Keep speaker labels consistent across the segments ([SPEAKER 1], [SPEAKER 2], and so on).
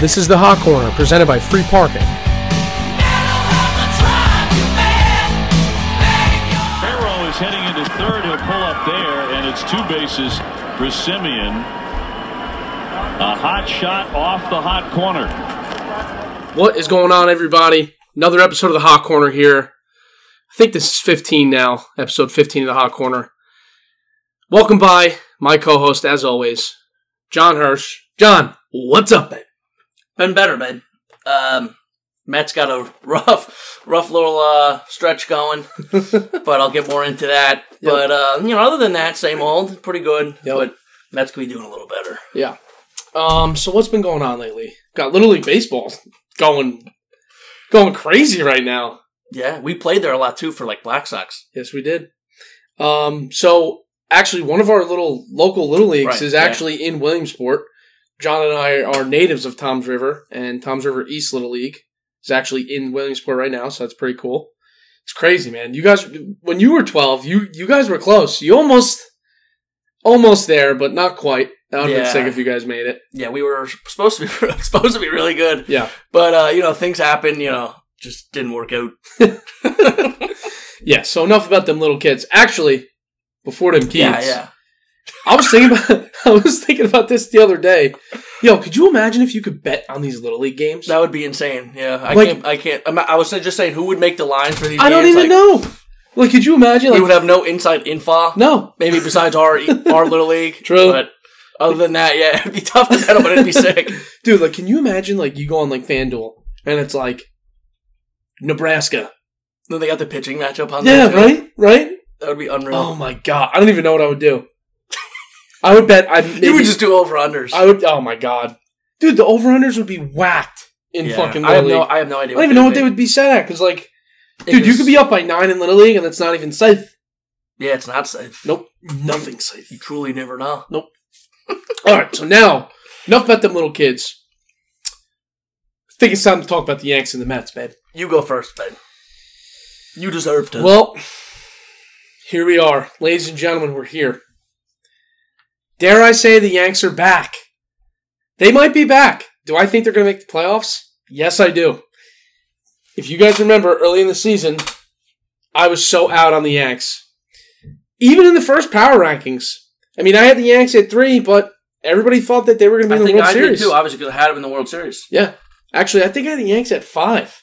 [SPEAKER 1] This is the Hot Corner, presented by Free Parking.
[SPEAKER 2] Harrell is heading into third. He'll pull up there, and it's two bases for Simeon. A hot shot off the hot corner.
[SPEAKER 1] What is going on, everybody? Another episode of the Hot Corner here. I think this is 15 now, episode 15 of the Hot Corner. Welcome by my co host, as always, John Hirsch. John, what's up, man?
[SPEAKER 3] Been better, man. Um, Matt's got a rough, rough little uh, stretch going, but I'll get more into that. But uh, you know, other than that, same old, pretty good.
[SPEAKER 1] Yep.
[SPEAKER 3] But Matt's gonna be doing a little better.
[SPEAKER 1] Yeah. Um, so what's been going on lately? Got Little League Baseball going going crazy right now.
[SPEAKER 3] Yeah, we played there a lot too for like Black Sox.
[SPEAKER 1] Yes, we did. Um, so actually, one of our little local little leagues
[SPEAKER 3] Right,
[SPEAKER 1] is
[SPEAKER 3] yeah.
[SPEAKER 1] actually in Williamsport. John and I are natives of Tom's River, and Tom's River East Little League is actually in Williamsport right now, so that's pretty cool. It's crazy, man. You guys, when you were twelve, you you guys were close. You almost, almost there, but not quite. That would have been
[SPEAKER 3] Yeah.
[SPEAKER 1] sick if you guys made it.
[SPEAKER 3] Yeah, we were supposed to be supposed to be really good,
[SPEAKER 1] Yeah,
[SPEAKER 3] but uh, you know, things happen. You know, just didn't work out.
[SPEAKER 1] yeah. So enough about them little kids. Actually, before them kids,
[SPEAKER 3] Yeah, yeah.
[SPEAKER 1] I was thinking about I was thinking about this the other day. Yo, could you imagine if you could bet on these little league games?
[SPEAKER 3] That would be insane. Yeah, I
[SPEAKER 1] Like-
[SPEAKER 3] can't. I can't. I'm, I was just saying, who would make the lines for these?
[SPEAKER 1] I don't
[SPEAKER 3] games?
[SPEAKER 1] even
[SPEAKER 3] Like,
[SPEAKER 1] know. Like, could you imagine?
[SPEAKER 3] We
[SPEAKER 1] Like,
[SPEAKER 3] would have no inside info.
[SPEAKER 1] no,
[SPEAKER 3] maybe besides our e-, our little league.
[SPEAKER 1] True.
[SPEAKER 3] But other than that, yeah, it'd be tough to handle, but it'd be sick.
[SPEAKER 1] dude. Like, can you imagine? Like, you go on like FanDuel and it's like Nebraska.
[SPEAKER 3] Then they got the pitching matchup on
[SPEAKER 1] Yeah,
[SPEAKER 3] there. too.
[SPEAKER 1] right, right.
[SPEAKER 3] That would be unreal.
[SPEAKER 1] Oh my god, I don't even know what I would do. I would bet. I maybe,
[SPEAKER 3] you would just do over unders.
[SPEAKER 1] I would. Oh my god, dude, the overunders would be whacked in
[SPEAKER 3] Yeah,
[SPEAKER 1] fucking.
[SPEAKER 3] I have
[SPEAKER 1] Little
[SPEAKER 3] no
[SPEAKER 1] league.
[SPEAKER 3] I have no idea.
[SPEAKER 1] I don't even know what they would be set at because like, dude, you could be up by nine in little league and that's not even safe. Mm.
[SPEAKER 3] Yeah, it's not safe.
[SPEAKER 1] Nope, nothing safe.
[SPEAKER 3] You truly never know.
[SPEAKER 1] All right, so now enough about them little kids. I think it's time to talk about the Yanks and the Mets, man.
[SPEAKER 3] You go first, Ben. You deserve to.
[SPEAKER 1] Well, here we are, ladies and gentlemen. We're here. Dare I say the Yanks are back? They might be back. Do I think they're going to make the playoffs? Yes, I do. If you guys remember early in the season, I was so out on the Yanks. Even in the first power rankings, I mean, I had the Yanks at three, but everybody thought that they were going to
[SPEAKER 3] I
[SPEAKER 1] be in the
[SPEAKER 3] think
[SPEAKER 1] World
[SPEAKER 3] I
[SPEAKER 1] Series.
[SPEAKER 3] did too. I was gonna have him in the World Series.
[SPEAKER 1] Yeah. Actually, I think I had the Yanks at five.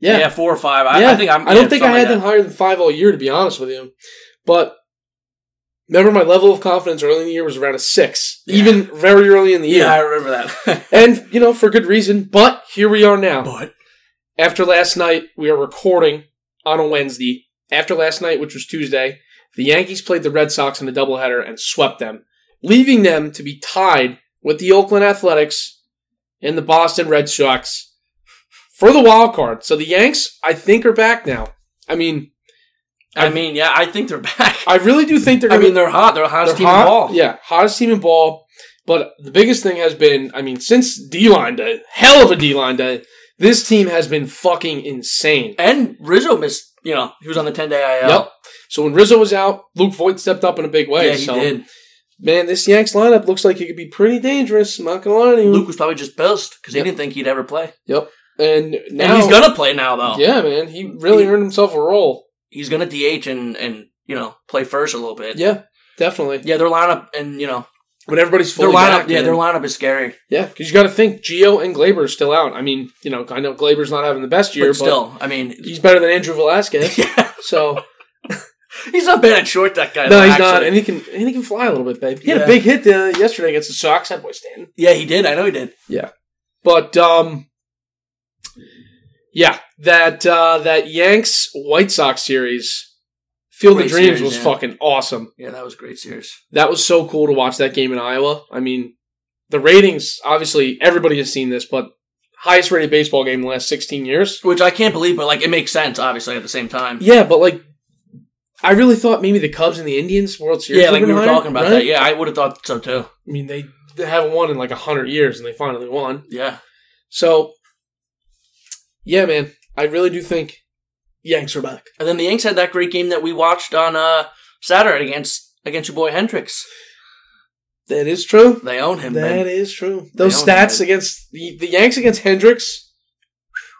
[SPEAKER 3] Yeah,
[SPEAKER 1] Yeah. Yeah.
[SPEAKER 3] four or five.
[SPEAKER 1] I,
[SPEAKER 3] I, I think I'm.
[SPEAKER 1] don't
[SPEAKER 3] yeah,
[SPEAKER 1] think I
[SPEAKER 3] something
[SPEAKER 1] had
[SPEAKER 3] like
[SPEAKER 1] them higher than five all year, to be honest with you. But remember, my level of confidence early in the year was around a six,
[SPEAKER 3] Yeah.
[SPEAKER 1] even very early in the
[SPEAKER 3] that.
[SPEAKER 1] year.
[SPEAKER 3] Yeah, I remember that.
[SPEAKER 1] And, you know, for good reason. But here we are now.
[SPEAKER 3] but
[SPEAKER 1] After last night, we are recording on a Wednesday. After last night, which was Tuesday, the Yankees played the Red Sox in a doubleheader and swept them, leaving them to be tied with the Oakland Athletics and the Boston Red Sox for the wild card. So the Yanks, I think, are back now. I mean,
[SPEAKER 3] I
[SPEAKER 1] I-
[SPEAKER 3] mean, yeah, I think they're back.
[SPEAKER 1] I really do think they're
[SPEAKER 3] I
[SPEAKER 1] going to
[SPEAKER 3] mean, they're hot. They're the hottest
[SPEAKER 1] they're
[SPEAKER 3] team
[SPEAKER 1] hot,
[SPEAKER 3] in ball.
[SPEAKER 1] Yeah, hottest team in ball. But the biggest thing has been, I mean, since D line day, hell of a D line day, this team has been fucking insane.
[SPEAKER 3] And Rizzo missed. You know, he was on the ten day IL.
[SPEAKER 1] Yep. So when Rizzo was out, Luke Voigt stepped up in a big way.
[SPEAKER 3] yeah, he
[SPEAKER 1] so
[SPEAKER 3] did.
[SPEAKER 1] man, this Yanks lineup looks like it could be pretty dangerous. I'm not gonna lie to you.
[SPEAKER 3] Luke was probably just pissed because he
[SPEAKER 1] Yep.
[SPEAKER 3] didn't think he'd ever play.
[SPEAKER 1] Yep. And now
[SPEAKER 3] and he's gonna play now though.
[SPEAKER 1] Yeah, man, he really
[SPEAKER 3] He-
[SPEAKER 1] earned himself a role.
[SPEAKER 3] He's gonna DH and and you know play first a little bit.
[SPEAKER 1] Yeah, definitely.
[SPEAKER 3] Yeah, their lineup and you know
[SPEAKER 1] When everybody's
[SPEAKER 3] their
[SPEAKER 1] fully
[SPEAKER 3] lineup.
[SPEAKER 1] back,
[SPEAKER 3] yeah,
[SPEAKER 1] man.
[SPEAKER 3] their lineup is scary.
[SPEAKER 1] yeah, because you got to think Gio and Glaber are still out. I mean, you know, I know Glaber's not having the best year,
[SPEAKER 3] but still, I
[SPEAKER 1] but
[SPEAKER 3] mean,
[SPEAKER 1] he's better than Andrew Velasquez.
[SPEAKER 3] yeah,
[SPEAKER 1] so
[SPEAKER 3] he's not bad at short. That guy.
[SPEAKER 1] no,
[SPEAKER 3] though,
[SPEAKER 1] he's not,
[SPEAKER 3] actually.
[SPEAKER 1] and he can and he can fly a little bit, babe. He had a
[SPEAKER 3] Yeah.
[SPEAKER 1] big hit the, yesterday against the Sox. That boy Stanton.
[SPEAKER 3] yeah, he did. I know he did.
[SPEAKER 1] But um, yeah, that uh, that Yanks White Sox series, Field
[SPEAKER 3] Great
[SPEAKER 1] of Dreams
[SPEAKER 3] series,
[SPEAKER 1] was
[SPEAKER 3] yeah.
[SPEAKER 1] fucking awesome.
[SPEAKER 3] Yeah, that was a great series.
[SPEAKER 1] That was so cool to watch that game in Iowa. I mean, the ratings obviously everybody has seen this, but highest rated baseball game in the last sixteen years.
[SPEAKER 3] Which I can't believe, but like it makes sense. Obviously, at the same time.
[SPEAKER 1] Yeah, but like, I really thought maybe the Cubs and the Indians World Series.
[SPEAKER 3] Yeah, like
[SPEAKER 1] would've
[SPEAKER 3] we were
[SPEAKER 1] been higher,
[SPEAKER 3] talking about
[SPEAKER 1] right?
[SPEAKER 3] that. Yeah, I would have thought so too.
[SPEAKER 1] I mean they, they haven't won in like hundred years, and they finally won.
[SPEAKER 3] Yeah,
[SPEAKER 1] So, yeah, man, I really do think Yanks are back.
[SPEAKER 3] and then the Yanks had that great game that we watched on uh Saturday against against your boy Hendricks.
[SPEAKER 1] That is true.
[SPEAKER 3] They own him,
[SPEAKER 1] That
[SPEAKER 3] man.
[SPEAKER 1] is true. Those
[SPEAKER 3] don't have
[SPEAKER 1] stats
[SPEAKER 3] it.
[SPEAKER 1] against the, the Yanks against Hendricks,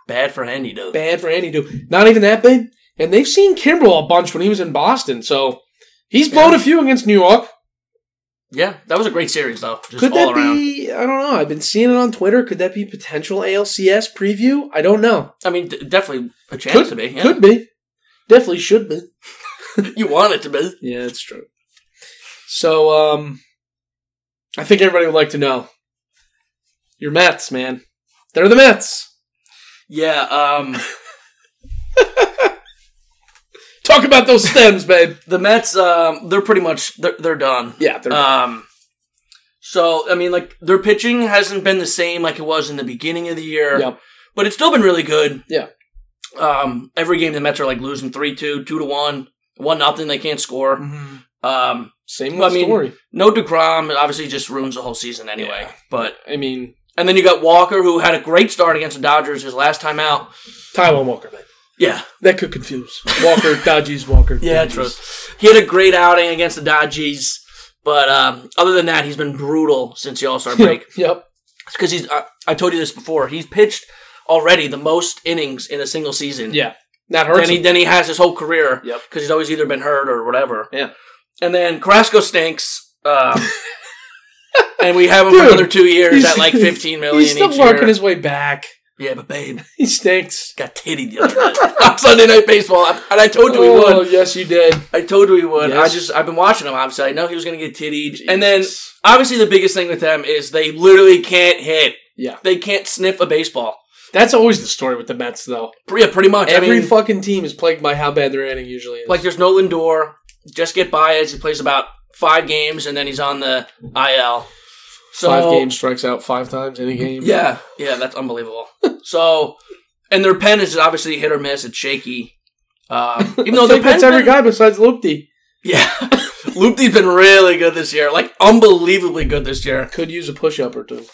[SPEAKER 3] Bad for Handy, though.
[SPEAKER 1] bad for Andy Do. Not even that big. And they've seen Kimbrell a bunch when he was in Boston, so he's blown a few against New York.
[SPEAKER 3] Yeah, that was a great series, though. Just
[SPEAKER 1] Could
[SPEAKER 3] all
[SPEAKER 1] that
[SPEAKER 3] around.
[SPEAKER 1] be? I don't know. I've been seeing it on Twitter. Could that be potential ALCS preview? I don't know.
[SPEAKER 3] I mean, d- definitely a
[SPEAKER 1] Could
[SPEAKER 3] chance to be. Yeah.
[SPEAKER 1] Could be. Definitely should be.
[SPEAKER 3] You want it to be.
[SPEAKER 1] Yeah, that's true. So, um, I think everybody would like to know your Mets, man. They're the Mets.
[SPEAKER 3] Yeah, um,
[SPEAKER 1] Talk about those stems, babe.
[SPEAKER 3] the Mets, um, they're pretty much, they're, they're done.
[SPEAKER 1] Yeah, they're
[SPEAKER 3] Um, so, I mean, like, their pitching hasn't been the same like it was in the beginning of the year.
[SPEAKER 1] Yep.
[SPEAKER 3] But it's still been really good.
[SPEAKER 1] Yeah.
[SPEAKER 3] Um, every game the Mets are, like, losing 3-2, 2-1, 1-0, they can't score.
[SPEAKER 1] Mm-hmm.
[SPEAKER 3] Um,
[SPEAKER 1] Same
[SPEAKER 3] Well, I
[SPEAKER 1] old
[SPEAKER 3] mean,
[SPEAKER 1] story.
[SPEAKER 3] no DeGrom, it obviously just ruins the whole season anyway.
[SPEAKER 1] Yeah.
[SPEAKER 3] But,
[SPEAKER 1] I mean,
[SPEAKER 3] and then you got Walker, who had a great start against the Dodgers his last time out.
[SPEAKER 1] Taiwan Walker, man.
[SPEAKER 3] Yeah,
[SPEAKER 1] That could confuse. Walker, Dodgies, Walker.
[SPEAKER 3] Yeah,
[SPEAKER 1] Dodgies.
[SPEAKER 3] true. He had a great outing against the Dodgies, but um, other than that, he's been brutal since the All Star break.
[SPEAKER 1] Yep, yep.
[SPEAKER 3] Because he's, I, I told you this before, he's pitched already the most innings in a single season.
[SPEAKER 1] Yeah. That hurts.
[SPEAKER 3] Then he, then he has his whole career.
[SPEAKER 1] Yep.
[SPEAKER 3] Because he's always either been hurt or whatever.
[SPEAKER 1] Yeah.
[SPEAKER 3] And then Carrasco stinks. Um, and we have him
[SPEAKER 1] Dude,
[SPEAKER 3] for another two years
[SPEAKER 1] he's-
[SPEAKER 3] at like 15 million
[SPEAKER 1] He's still
[SPEAKER 3] each
[SPEAKER 1] working
[SPEAKER 3] year.
[SPEAKER 1] his way back.
[SPEAKER 3] yeah, but babe,
[SPEAKER 1] He stinks.
[SPEAKER 3] got titty the other night on Sunday Night Baseball. And I told you he would.
[SPEAKER 1] Oh, yes, you did.
[SPEAKER 3] I told you he would.
[SPEAKER 1] Yes.
[SPEAKER 3] I just I've been watching him. Obviously, I know he was going to get tittied. And then obviously the biggest thing with them is they literally can't hit.
[SPEAKER 1] Yeah.
[SPEAKER 3] They can't sniff a baseball.
[SPEAKER 1] That's always the story with the Mets, though.
[SPEAKER 3] Pre- Yeah, pretty much.
[SPEAKER 1] Every
[SPEAKER 3] I mean,
[SPEAKER 1] fucking team is plagued by how bad their inning usually is.
[SPEAKER 3] like there's no Lindor. Just get Baez. He plays about five games and then he's on the IL. So,
[SPEAKER 1] five games strikes out five times in a game.
[SPEAKER 3] Yeah, yeah, that's unbelievable. so, and their pen is obviously hit or miss. It's shaky. Um, even though
[SPEAKER 1] I
[SPEAKER 3] their
[SPEAKER 1] think
[SPEAKER 3] pen's
[SPEAKER 1] that's every
[SPEAKER 3] been,
[SPEAKER 1] guy besides Lupti.
[SPEAKER 3] yeah, Loopy's been really good this year, like unbelievably good this year.
[SPEAKER 1] Could use a push up or two.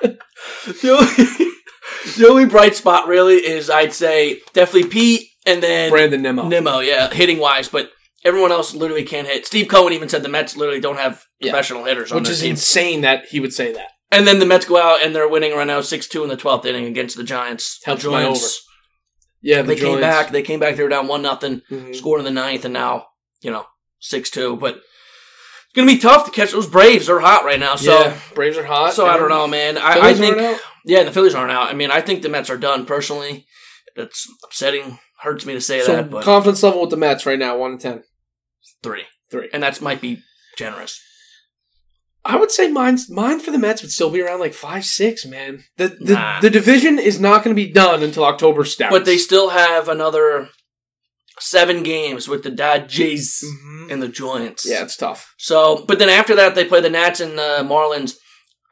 [SPEAKER 3] The only, the only bright spot really is I'd say definitely Pete and then
[SPEAKER 1] Brandon Nimmo.
[SPEAKER 3] Nimmo, yeah, hitting wise, but everyone else literally can't hit. Steve Cohen even said the Mets literally don't have
[SPEAKER 1] Yeah.
[SPEAKER 3] professional hitters on
[SPEAKER 1] Which
[SPEAKER 3] their
[SPEAKER 1] is
[SPEAKER 3] team.
[SPEAKER 1] insane that he would say that.
[SPEAKER 3] and then the Mets go out and they're winning right now six two in the twelfth inning against the Giants. The
[SPEAKER 1] Helps my
[SPEAKER 3] Giants,
[SPEAKER 1] Yeah, the
[SPEAKER 3] They came
[SPEAKER 1] Giants.
[SPEAKER 3] back, they came back, they were down one nothing,
[SPEAKER 1] Mhm.
[SPEAKER 3] scored in the ninth, and now, you know, six two. But it's gonna be tough to catch those Braves, they're hot right now. So
[SPEAKER 1] yeah, Braves are hot.
[SPEAKER 3] so I don't know, man. I, I think
[SPEAKER 1] out.
[SPEAKER 3] Yeah, the Phillies aren't out. I mean, I think the Mets are done personally. That's upsetting. Hurts me to say
[SPEAKER 1] So
[SPEAKER 3] that, but
[SPEAKER 1] confidence level with the Mets right now, one to ten.
[SPEAKER 3] three,
[SPEAKER 1] Three.
[SPEAKER 3] and that's might be generous.
[SPEAKER 1] I would say mine's mine for the Mets would still be around like five, six, man. The the,
[SPEAKER 3] Nah.
[SPEAKER 1] the division is not gonna be done until October starts.
[SPEAKER 3] But they still have another seven games with the Dodgers
[SPEAKER 1] Mhm.
[SPEAKER 3] and the Giants.
[SPEAKER 1] Yeah, it's tough.
[SPEAKER 3] So, but then after that, they play the Nats and the Marlins.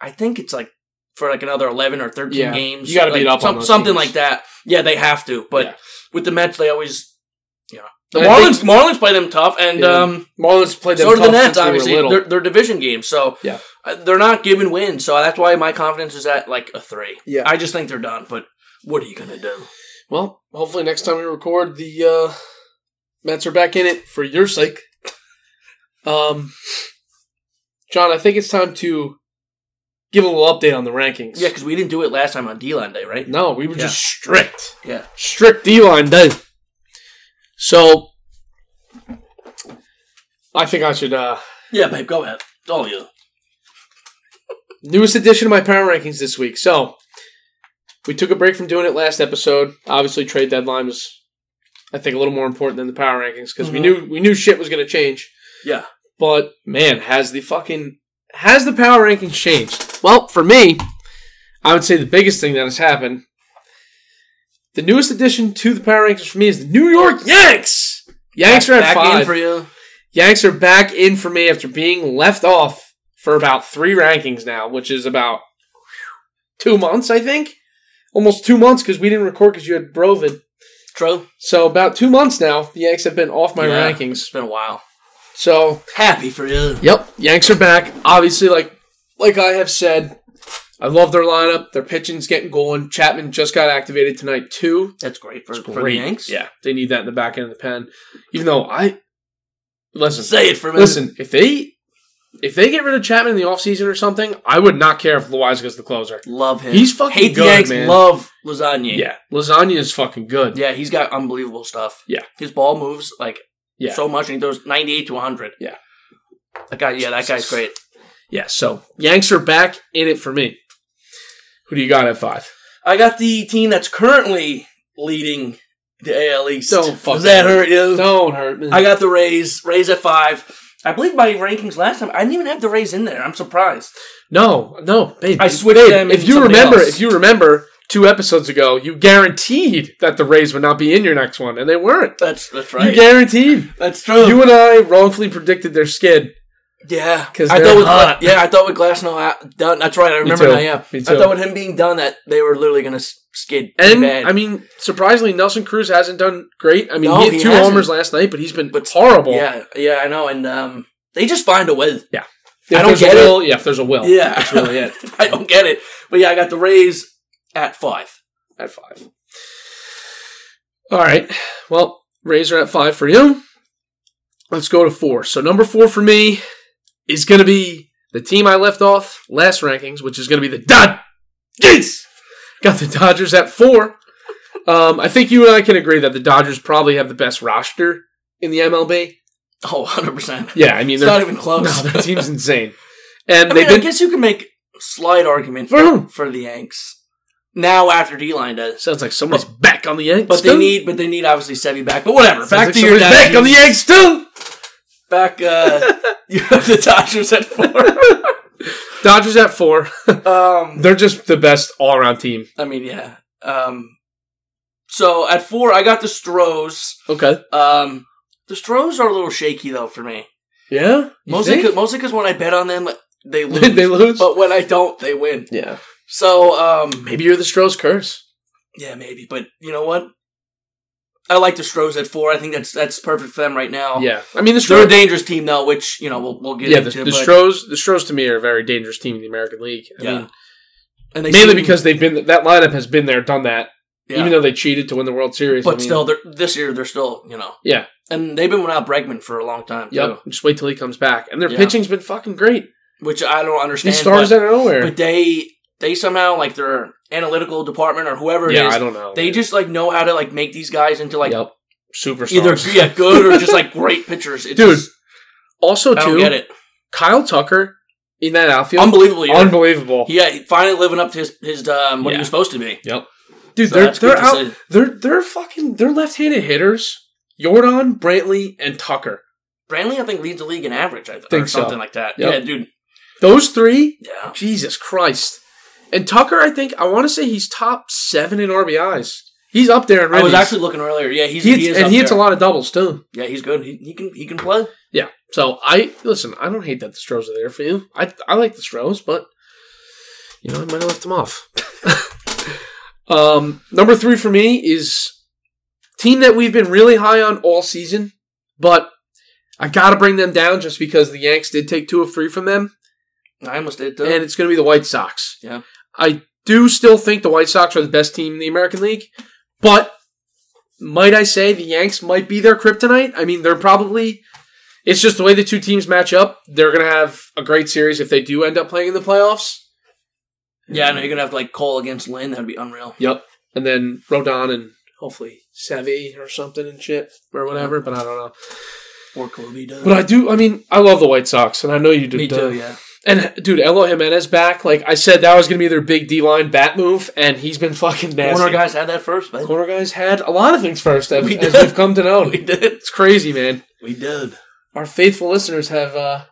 [SPEAKER 3] I think it's like for like another eleven or thirteen
[SPEAKER 1] Yeah.
[SPEAKER 3] games.
[SPEAKER 1] You gotta
[SPEAKER 3] like
[SPEAKER 1] beat up on those
[SPEAKER 3] something
[SPEAKER 1] teams.
[SPEAKER 3] like that. Yeah, they have to. But
[SPEAKER 1] Yeah.
[SPEAKER 3] with the Mets, they always, you know, the
[SPEAKER 1] And I
[SPEAKER 3] Marlins. Marlins play them tough, and
[SPEAKER 1] Yeah.
[SPEAKER 3] um.
[SPEAKER 1] Marlins played them
[SPEAKER 3] so are the
[SPEAKER 1] tough
[SPEAKER 3] Nets,
[SPEAKER 1] since they were
[SPEAKER 3] obviously.
[SPEAKER 1] little.
[SPEAKER 3] They're, they're division games, so
[SPEAKER 1] Yeah.
[SPEAKER 3] uh, they're not given wins. So that's why my confidence is at like a three.
[SPEAKER 1] Yeah.
[SPEAKER 3] I just think they're done. But what are you gonna do?
[SPEAKER 1] Well, hopefully next time we record, the uh, Mets are back in it for your sake. Um, John, I think it's time to give a little update on the rankings.
[SPEAKER 3] Yeah, because we didn't do it last time on D line day, right?
[SPEAKER 1] No, we were
[SPEAKER 3] Yeah.
[SPEAKER 1] just strict,
[SPEAKER 3] Yeah.
[SPEAKER 1] strict D line day. So, I think I should. Uh,
[SPEAKER 3] Yeah, babe, go ahead. All you.
[SPEAKER 1] newest edition of my power rankings this week. So we took a break from doing it last episode. Obviously, trade deadline was, I think, a little more important than the power rankings because we
[SPEAKER 3] Mhm.
[SPEAKER 1] knew we knew shit was going to change.
[SPEAKER 3] Yeah.
[SPEAKER 1] But man, has the fucking has the power rankings changed? Well, for me, I would say the biggest thing that has happened. The newest addition to the power rankings for me is the New York Yanks. Yanks are at
[SPEAKER 3] Back
[SPEAKER 1] five.
[SPEAKER 3] in for you.
[SPEAKER 1] Yanks are back in for me after being left off for about three rankings now, which is about two months, I think. Almost two months because we didn't record because you had Brovid.
[SPEAKER 3] True.
[SPEAKER 1] So about two months now, the Yanks have been off my
[SPEAKER 3] Yeah. It's
[SPEAKER 1] rankings.
[SPEAKER 3] been a while.
[SPEAKER 1] So
[SPEAKER 3] Happy for you.
[SPEAKER 1] yep, Yanks are back. Obviously, like like I have said, I love their lineup. Their pitching's getting going. Chapman just got activated tonight too.
[SPEAKER 3] That's great for, for the
[SPEAKER 1] Great.
[SPEAKER 3] Yanks.
[SPEAKER 1] Yeah, they need that in the back end of the pen. Even though I listen,
[SPEAKER 3] Say it for me.
[SPEAKER 1] Listen, if they If they get rid of Chapman in the offseason or something, I would not care if Loiza's the closer.
[SPEAKER 3] Love him.
[SPEAKER 1] He's fucking
[SPEAKER 3] Hate
[SPEAKER 1] good,
[SPEAKER 3] the Yanks,
[SPEAKER 1] man.
[SPEAKER 3] love Lasagna.
[SPEAKER 1] Yeah. Lasagna is fucking good.
[SPEAKER 3] Yeah, he's got unbelievable stuff.
[SPEAKER 1] Yeah.
[SPEAKER 3] His ball moves like
[SPEAKER 1] Yeah.
[SPEAKER 3] so much and he throws 98 to 100.
[SPEAKER 1] Yeah.
[SPEAKER 3] That guy, yeah, that guy's great.
[SPEAKER 1] Yeah, so Yanks are back in it for me. Who do you got at five?
[SPEAKER 3] I got the team that's currently leading the AL East.
[SPEAKER 1] Don't fuck
[SPEAKER 3] Does that
[SPEAKER 1] me.
[SPEAKER 3] hurt you?
[SPEAKER 1] Don't hurt me.
[SPEAKER 3] I got the Rays. Rays at five. I believe my rankings last time I didn't even have the Rays in there. I'm surprised.
[SPEAKER 1] no, no, babe.
[SPEAKER 3] I switched
[SPEAKER 1] babe,
[SPEAKER 3] them
[SPEAKER 1] If
[SPEAKER 3] and
[SPEAKER 1] you
[SPEAKER 3] somebody
[SPEAKER 1] remember,
[SPEAKER 3] else.
[SPEAKER 1] if you remember, two episodes ago, you guaranteed that the Rays would not be in your next one, and they weren't.
[SPEAKER 3] That's that's
[SPEAKER 1] You
[SPEAKER 3] right.
[SPEAKER 1] guaranteed.
[SPEAKER 3] that's true.
[SPEAKER 1] You and I wrongfully predicted their skid.
[SPEAKER 3] yeah,
[SPEAKER 1] 'Cause
[SPEAKER 3] I
[SPEAKER 1] they're
[SPEAKER 3] thought with
[SPEAKER 1] hot.
[SPEAKER 3] yeah, I thought with Glasnow out, done. That's right. I remember
[SPEAKER 1] too.
[SPEAKER 3] now. Yeah,
[SPEAKER 1] Me
[SPEAKER 3] I
[SPEAKER 1] too.
[SPEAKER 3] thought with him being done that they were literally gonna s- skid
[SPEAKER 1] And
[SPEAKER 3] bad.
[SPEAKER 1] I mean, surprisingly, Nelson Cruz hasn't done great. I mean,
[SPEAKER 3] No,
[SPEAKER 1] he hit
[SPEAKER 3] he
[SPEAKER 1] 2
[SPEAKER 3] hasn't.
[SPEAKER 1] homers last night, but he's been
[SPEAKER 3] But-
[SPEAKER 1] horrible.
[SPEAKER 3] yeah, yeah, I know. And um, they just find a way.
[SPEAKER 1] If
[SPEAKER 3] I don't
[SPEAKER 1] there's a
[SPEAKER 3] get it.
[SPEAKER 1] will, Yeah, if there's a will.
[SPEAKER 3] Yeah,
[SPEAKER 1] that's really it.
[SPEAKER 3] I don't get it. But yeah, I got the Rays at five.
[SPEAKER 1] At five. All right. Well, Rays are at five for you. Let's go to four. So number four for me is going to be the team I left off last rankings, which is going to be the Dodgers. Got the Dodgers at four. Um, I think you and I can agree that the Dodgers probably have the best roster in the MLB.
[SPEAKER 3] Oh, 100 percent.
[SPEAKER 1] Yeah, I mean,
[SPEAKER 3] It's
[SPEAKER 1] they're
[SPEAKER 3] not even close.
[SPEAKER 1] No, their team's insane. And
[SPEAKER 3] I mean,
[SPEAKER 1] they've
[SPEAKER 3] I
[SPEAKER 1] been
[SPEAKER 3] guess you can make a slight argument
[SPEAKER 1] For who?
[SPEAKER 3] for, for the Yanks now after D line does,
[SPEAKER 1] sounds like someone's back on the Yanks.
[SPEAKER 3] but they need but they need obviously Sebi back. But whatever.
[SPEAKER 1] back
[SPEAKER 3] Back to your
[SPEAKER 1] back on the
[SPEAKER 3] Yanks.
[SPEAKER 1] Yanks too.
[SPEAKER 3] Back. Uh, you have the Dodgers at four.
[SPEAKER 1] Dodgers at four.
[SPEAKER 3] Um,
[SPEAKER 1] They're just the best all around team.
[SPEAKER 3] I mean, yeah. Um, so at four, I got the Stros.
[SPEAKER 1] Okay.
[SPEAKER 3] Um, the Stros are a little shaky though for me.
[SPEAKER 1] Yeah.
[SPEAKER 3] Mostly, cause, mostly because when I bet on them, they lose.
[SPEAKER 1] they lose.
[SPEAKER 3] But when I don't, they win.
[SPEAKER 1] yeah.
[SPEAKER 3] So um,
[SPEAKER 1] Maybe you're the Stroh's curse.
[SPEAKER 3] Yeah, maybe. But you know what? I like the Stros at four. I think that's that's perfect for them right now.
[SPEAKER 1] Yeah. I mean the
[SPEAKER 3] They're a
[SPEAKER 1] Strohs.
[SPEAKER 3] dangerous team though, which you know we'll we'll get
[SPEAKER 1] Yeah, the,
[SPEAKER 3] into.
[SPEAKER 1] the
[SPEAKER 3] but-
[SPEAKER 1] Stros. The Stros to me are a very dangerous team in the American League. I
[SPEAKER 3] Yeah.
[SPEAKER 1] mean,
[SPEAKER 3] and they
[SPEAKER 1] mainly
[SPEAKER 3] seem-
[SPEAKER 1] because they've been that lineup has been there, done that.
[SPEAKER 3] yeah.
[SPEAKER 1] Even though they cheated to win the World Series,
[SPEAKER 3] but
[SPEAKER 1] I mean,
[SPEAKER 3] still, they're, this year they're still you know
[SPEAKER 1] Yeah.
[SPEAKER 3] and they've been without Bregman for a long time
[SPEAKER 1] Yep.
[SPEAKER 3] too,
[SPEAKER 1] Just wait till he comes back, and their
[SPEAKER 3] Yeah.
[SPEAKER 1] pitching's been fucking great.
[SPEAKER 3] which I don't understand.
[SPEAKER 1] These stars
[SPEAKER 3] but,
[SPEAKER 1] out of nowhere.
[SPEAKER 3] but they they somehow like their analytical department or whoever it is,
[SPEAKER 1] yeah, I don't know.
[SPEAKER 3] they just like know how to like make these guys into like
[SPEAKER 1] yep. superstars.
[SPEAKER 3] either yeah good or just like great pitchers. It's
[SPEAKER 1] Dude,
[SPEAKER 3] just-
[SPEAKER 1] also,
[SPEAKER 3] I don't
[SPEAKER 1] too,
[SPEAKER 3] get it.
[SPEAKER 1] Kyle Tucker in that outfield,
[SPEAKER 3] Unbelievable. year.
[SPEAKER 1] unbelievable.
[SPEAKER 3] Yeah, he finally living up to his his um, what
[SPEAKER 1] Yeah.
[SPEAKER 3] he was supposed to be.
[SPEAKER 1] Yep. Dude,
[SPEAKER 3] So
[SPEAKER 1] they're
[SPEAKER 3] that's good
[SPEAKER 1] they're
[SPEAKER 3] to
[SPEAKER 1] out.
[SPEAKER 3] see.
[SPEAKER 1] They're they're fucking they're left-handed hitters. Jordan, Brantley, and Tucker.
[SPEAKER 3] Brantley, I think, leads the league in average. I th-
[SPEAKER 1] Think
[SPEAKER 3] or
[SPEAKER 1] so.
[SPEAKER 3] something like that.
[SPEAKER 1] Yep.
[SPEAKER 3] Yeah, dude.
[SPEAKER 1] Those three.
[SPEAKER 3] Yeah,
[SPEAKER 1] Jesus Christ. And Tucker, I think I want to say he's top seven in RBIs. He's up there in
[SPEAKER 3] I was
[SPEAKER 1] ribbies.
[SPEAKER 3] actually looking earlier. Yeah, he's
[SPEAKER 1] He hits-
[SPEAKER 3] he is
[SPEAKER 1] and
[SPEAKER 3] up
[SPEAKER 1] he hits
[SPEAKER 3] there.
[SPEAKER 1] a lot of doubles too.
[SPEAKER 3] Yeah, he's good. He, he can he can play.
[SPEAKER 1] Yeah. So I listen. I don't hate that the Stros are there for you. I I like the Stros, but you know I might have left them off. um, number three for me is team that we've been really high on all season, but I gotta bring them down just because the Yanks did take two of three from them,
[SPEAKER 3] I almost did too.
[SPEAKER 1] and it's gonna be the White Sox.
[SPEAKER 3] Yeah.
[SPEAKER 1] I do still think the White Sox are the best team in the American League, but might I say the Yanks might be their kryptonite? I mean, they're probably. It's just the way the two teams match up. They're going to have a great series if they do end up playing in the playoffs.
[SPEAKER 3] yeah, I know you're gonna have to like call against Lynn. That'd be unreal.
[SPEAKER 1] Yep. And then Rodon and hopefully Sevi or something and shit or whatever, but I don't know.
[SPEAKER 3] Or Kobe does.
[SPEAKER 1] But I do, I mean, I love the White Sox, and I know you do
[SPEAKER 3] Me
[SPEAKER 1] duh.
[SPEAKER 3] too. Yeah.
[SPEAKER 1] And dude, Elo Jimenez back. Like I said, that was going to be their big D line bat move, and he's been fucking nasty.
[SPEAKER 3] Corner guys had that first, but
[SPEAKER 1] Corner guys had a lot of things first, as,
[SPEAKER 3] We
[SPEAKER 1] as
[SPEAKER 3] did.
[SPEAKER 1] we've come to know.
[SPEAKER 3] we did.
[SPEAKER 1] It's crazy, man.
[SPEAKER 3] We did.
[SPEAKER 1] Our faithful listeners have uh,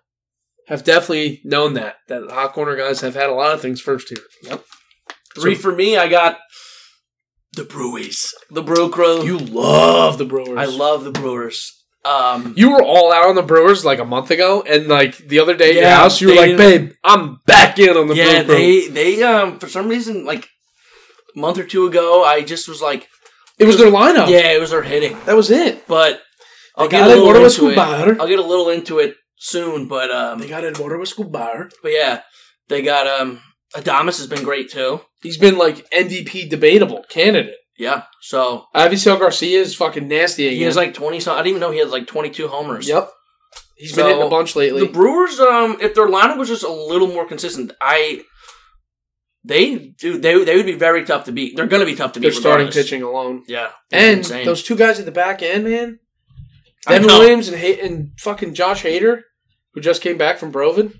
[SPEAKER 1] have definitely known that that the hot corner guys have had a lot of things first here.
[SPEAKER 3] Three for me. I got the Brewies, the Brew Crew.
[SPEAKER 1] You love the Brewers.
[SPEAKER 3] I love the Brewers. Um,
[SPEAKER 1] You were all out on the Brewers like a month ago, and like the other day at your
[SPEAKER 3] Yeah,
[SPEAKER 1] house, you were
[SPEAKER 3] they
[SPEAKER 1] like, "Babe, I'm back in on the
[SPEAKER 3] yeah,
[SPEAKER 1] Brew Crew."
[SPEAKER 3] they they um for some reason like a month or two ago, I just was like,
[SPEAKER 1] it was their lineup.
[SPEAKER 3] yeah, it was her hitting,
[SPEAKER 1] that was it.
[SPEAKER 3] but I'll
[SPEAKER 1] They
[SPEAKER 3] get
[SPEAKER 1] got
[SPEAKER 3] a little
[SPEAKER 1] Eduardo
[SPEAKER 3] into it.
[SPEAKER 1] Escobar.
[SPEAKER 3] I'll get a little into it soon, but um,
[SPEAKER 1] got Eduardo Escobar.
[SPEAKER 3] but yeah, they got um Adamas has been great too.
[SPEAKER 1] He's been like MVP debatable candidate.
[SPEAKER 3] Yeah, so
[SPEAKER 1] Avisel Garcia is fucking nasty again.
[SPEAKER 3] he has like twenty. So I didn't even know he had like twenty two homers.
[SPEAKER 1] yep. He's been hitting a bunch lately.
[SPEAKER 3] The Brewers, um, if their lineup was just a little more consistent, I they do they they would be very tough to beat. They're going to be tough to beat.
[SPEAKER 1] They're starting
[SPEAKER 3] regardless.
[SPEAKER 1] pitching alone.
[SPEAKER 3] yeah,
[SPEAKER 1] And
[SPEAKER 3] It's insane.
[SPEAKER 1] those two guys at the back end, man.
[SPEAKER 3] I
[SPEAKER 1] Evan
[SPEAKER 3] know.
[SPEAKER 1] Williams and, Hay- and fucking Josh Hader, who just came back from Broven.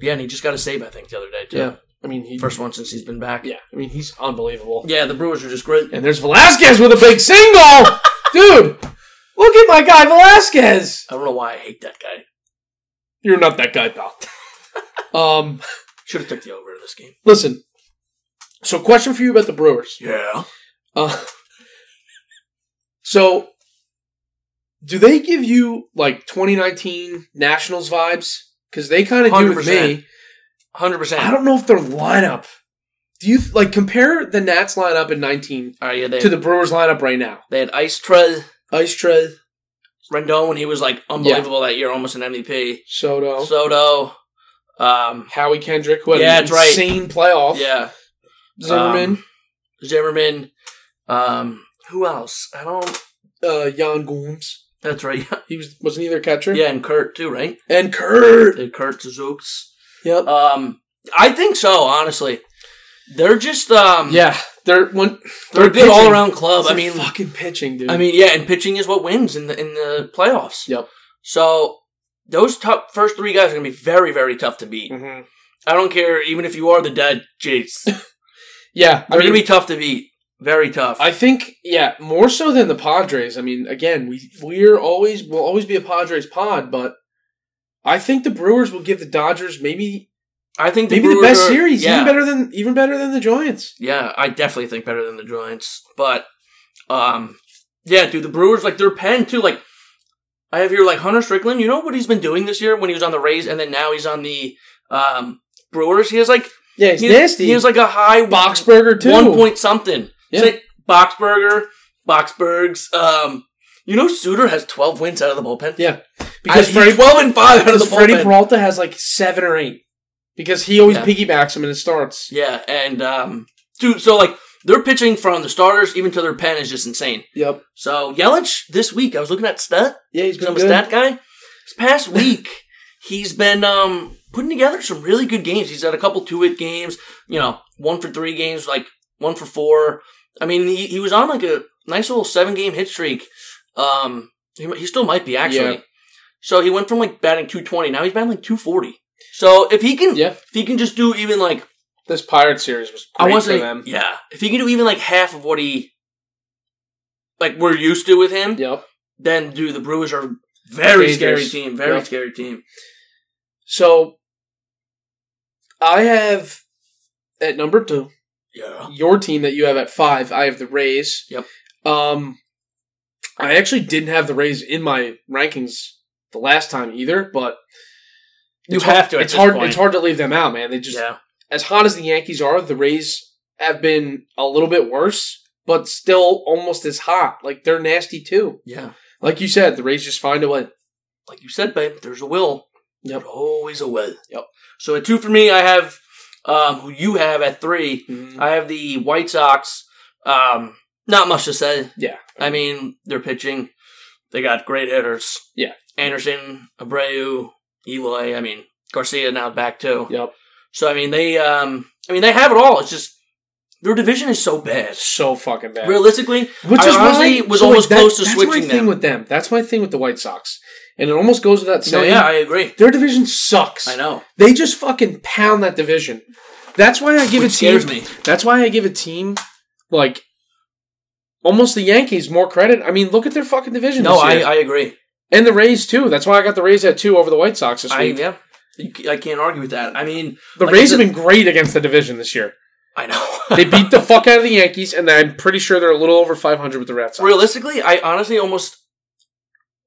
[SPEAKER 3] yeah, and he just got a save I think the other day too.
[SPEAKER 1] Yeah. I mean, he,
[SPEAKER 3] First one since he's been back.
[SPEAKER 1] yeah, I mean, he's unbelievable.
[SPEAKER 3] yeah. The Brewers are just great.
[SPEAKER 1] And there's Velasquez with a big single. Dude, look at my guy Velasquez.
[SPEAKER 3] I don't know why I hate that guy.
[SPEAKER 1] You're not that guy, pal. um,
[SPEAKER 3] Should have took the over in this game.
[SPEAKER 1] listen. So, question for you about the Brewers.
[SPEAKER 3] Yeah.
[SPEAKER 1] Uh, so, do they give you like 2019 Nationals vibes? Because they kind of do with me.
[SPEAKER 3] 100%. Hundred percent.
[SPEAKER 1] I don't know if their lineup. Do you like compare the Nats lineup in 19
[SPEAKER 3] All right, yeah, they,
[SPEAKER 1] to the Brewers lineup right now?
[SPEAKER 3] they had Ice Trez,
[SPEAKER 1] Ice Trey,
[SPEAKER 3] Rendon when he was like unbelievable that year, almost an MVP.
[SPEAKER 1] Soto,
[SPEAKER 3] Soto, um,
[SPEAKER 1] Howie Kendrick, who had
[SPEAKER 3] Yeah,
[SPEAKER 1] an
[SPEAKER 3] that's right.
[SPEAKER 1] insane playoff.
[SPEAKER 3] yeah,
[SPEAKER 1] Zimmerman,
[SPEAKER 3] Um, Zimmerman. Um, who else? I don't.
[SPEAKER 1] uh, Jan Gooms.
[SPEAKER 3] That's right.
[SPEAKER 1] He was wasn't either catcher.
[SPEAKER 3] Yeah, and Kurt too, right?
[SPEAKER 1] and Kurt.
[SPEAKER 3] The Kurt Zooks.
[SPEAKER 1] Yep.
[SPEAKER 3] Um, I think so. Honestly, they're just um,
[SPEAKER 1] yeah, they're one.
[SPEAKER 3] they're a good
[SPEAKER 1] pitching.
[SPEAKER 3] all around club.
[SPEAKER 1] It's
[SPEAKER 3] I
[SPEAKER 1] a
[SPEAKER 3] mean,
[SPEAKER 1] fucking pitching, dude.
[SPEAKER 3] I mean, yeah, and pitching is what wins in the in the playoffs.
[SPEAKER 1] Yep.
[SPEAKER 3] So those top first three guys are gonna be very very tough to beat.
[SPEAKER 1] Mhm.
[SPEAKER 3] I don't care even if you are the dead Jays. They're
[SPEAKER 1] yeah, I mean,
[SPEAKER 3] gonna be tough to beat. Very tough.
[SPEAKER 1] I think yeah, more so than the Padres. I mean, again, we we're always will always be a Padres pod, but I think the Brewers will give the Dodgers maybe
[SPEAKER 3] I think the
[SPEAKER 1] maybe the
[SPEAKER 3] Brewers
[SPEAKER 1] best
[SPEAKER 3] are-
[SPEAKER 1] series,
[SPEAKER 3] Yeah,
[SPEAKER 1] even better than even better than the Giants.
[SPEAKER 3] yeah, I definitely think better than the Giants. But um, yeah, dude, the Brewers like their pen too. Like I have here like Hunter Strickland. You know what he's been doing this year when he was on the Rays, and then now he's on the um Brewers. He has like
[SPEAKER 1] Yeah, it's
[SPEAKER 3] he,
[SPEAKER 1] nasty.
[SPEAKER 3] He has like a high
[SPEAKER 1] Boxberger too.
[SPEAKER 3] one point something.
[SPEAKER 1] Yeah.
[SPEAKER 3] It's like Boxberger, Boxbergs. Um, you know, Suter has twelve wins out of the bullpen.
[SPEAKER 1] Yeah,
[SPEAKER 3] because
[SPEAKER 1] because Freddie,
[SPEAKER 3] twelve and five out of the
[SPEAKER 1] because Freddie
[SPEAKER 3] bullpen.
[SPEAKER 1] Peralta has like seven or eight because he always
[SPEAKER 3] Yeah.
[SPEAKER 1] piggybacks him in his starts.
[SPEAKER 3] yeah, and um, dude, so like they're pitching from the starters even to their pen is just insane.
[SPEAKER 1] Yep.
[SPEAKER 3] So Yelich this week, I was looking at stat.
[SPEAKER 1] Yeah, he's been
[SPEAKER 3] Because I'm a
[SPEAKER 1] good.
[SPEAKER 3] stat guy. This past week, he's been um, putting together some really good games. He's had a couple two hit games. You know, one for three games, like one for four. I mean, he, he was on like a nice little seven game hit streak. Um, he, he still might be actually.
[SPEAKER 1] Yeah.
[SPEAKER 3] So he went from like batting 220. Now he's batting like 240. So if he can,
[SPEAKER 1] Yeah.
[SPEAKER 3] if he can just do even like
[SPEAKER 1] This Pirate series was
[SPEAKER 3] I
[SPEAKER 1] great
[SPEAKER 3] want to
[SPEAKER 1] for
[SPEAKER 3] say,
[SPEAKER 1] them.
[SPEAKER 3] yeah, if he can do even like half of what he like we're used to with him,
[SPEAKER 1] Yep.
[SPEAKER 3] then dude, the Brewers are very
[SPEAKER 1] Dangerous.
[SPEAKER 3] scary team. Very
[SPEAKER 1] Yeah.
[SPEAKER 3] scary team.
[SPEAKER 1] So I have at number two
[SPEAKER 3] Yeah.
[SPEAKER 1] your team that you have at five. I have the Rays.
[SPEAKER 3] Yep.
[SPEAKER 1] Um, I actually didn't have the Rays in my rankings the last time either, but
[SPEAKER 3] You
[SPEAKER 1] it's
[SPEAKER 3] have
[SPEAKER 1] hard,
[SPEAKER 3] to at
[SPEAKER 1] It's
[SPEAKER 3] this
[SPEAKER 1] hard.
[SPEAKER 3] point.
[SPEAKER 1] It's hard to leave them out, man. They just
[SPEAKER 3] yeah.
[SPEAKER 1] as hot as the Yankees are, the Rays have been a little bit worse, but still almost as hot. Like they're nasty too.
[SPEAKER 3] Yeah.
[SPEAKER 1] Like you said, the Rays just find a way.
[SPEAKER 3] Like you said, babe, there's a will.
[SPEAKER 1] Yep.
[SPEAKER 3] There's always a will.
[SPEAKER 1] Yep.
[SPEAKER 3] So at two for me, I have um, who you have at three. I have the White Sox. Um, not much to say.
[SPEAKER 1] Yeah.
[SPEAKER 3] I mean, they're pitching. They got great hitters.
[SPEAKER 1] Yeah.
[SPEAKER 3] Anderson, Abreu, Eloy. I mean, Garcia now back too.
[SPEAKER 1] Yep.
[SPEAKER 3] So I mean, they. Um, I mean, they have it all. It's just their division is so bad.
[SPEAKER 1] So fucking bad.
[SPEAKER 3] Realistically,
[SPEAKER 1] Which
[SPEAKER 3] I
[SPEAKER 1] is
[SPEAKER 3] honestly
[SPEAKER 1] why,
[SPEAKER 3] was
[SPEAKER 1] so, like,
[SPEAKER 3] almost
[SPEAKER 1] that-
[SPEAKER 3] close to
[SPEAKER 1] that's my
[SPEAKER 3] switching
[SPEAKER 1] thing
[SPEAKER 3] them.
[SPEAKER 1] with them. That's my thing with the White Sox, and it almost goes without
[SPEAKER 3] no,
[SPEAKER 1] saying.
[SPEAKER 3] yeah, I agree.
[SPEAKER 1] their division sucks.
[SPEAKER 3] I know.
[SPEAKER 1] They just fucking pound that division. That's why I give
[SPEAKER 3] Which
[SPEAKER 1] a team.
[SPEAKER 3] scares me.
[SPEAKER 1] That's why I give a team like almost the Yankees more credit. I mean, look at their fucking division.
[SPEAKER 3] No,
[SPEAKER 1] this
[SPEAKER 3] I,
[SPEAKER 1] year.
[SPEAKER 3] I agree.
[SPEAKER 1] and the Rays too. That's why I got the Rays at two over the White Sox this
[SPEAKER 3] I
[SPEAKER 1] week.
[SPEAKER 3] yeah, You c- I can't argue with that. I mean,
[SPEAKER 1] the
[SPEAKER 3] like I
[SPEAKER 1] Rays have been
[SPEAKER 3] said-
[SPEAKER 1] great against the division this year.
[SPEAKER 3] I know.
[SPEAKER 1] They beat the fuck out of the Yankees, and I'm pretty sure they're a little over 500 with the Red Sox.
[SPEAKER 3] Realistically, I honestly almost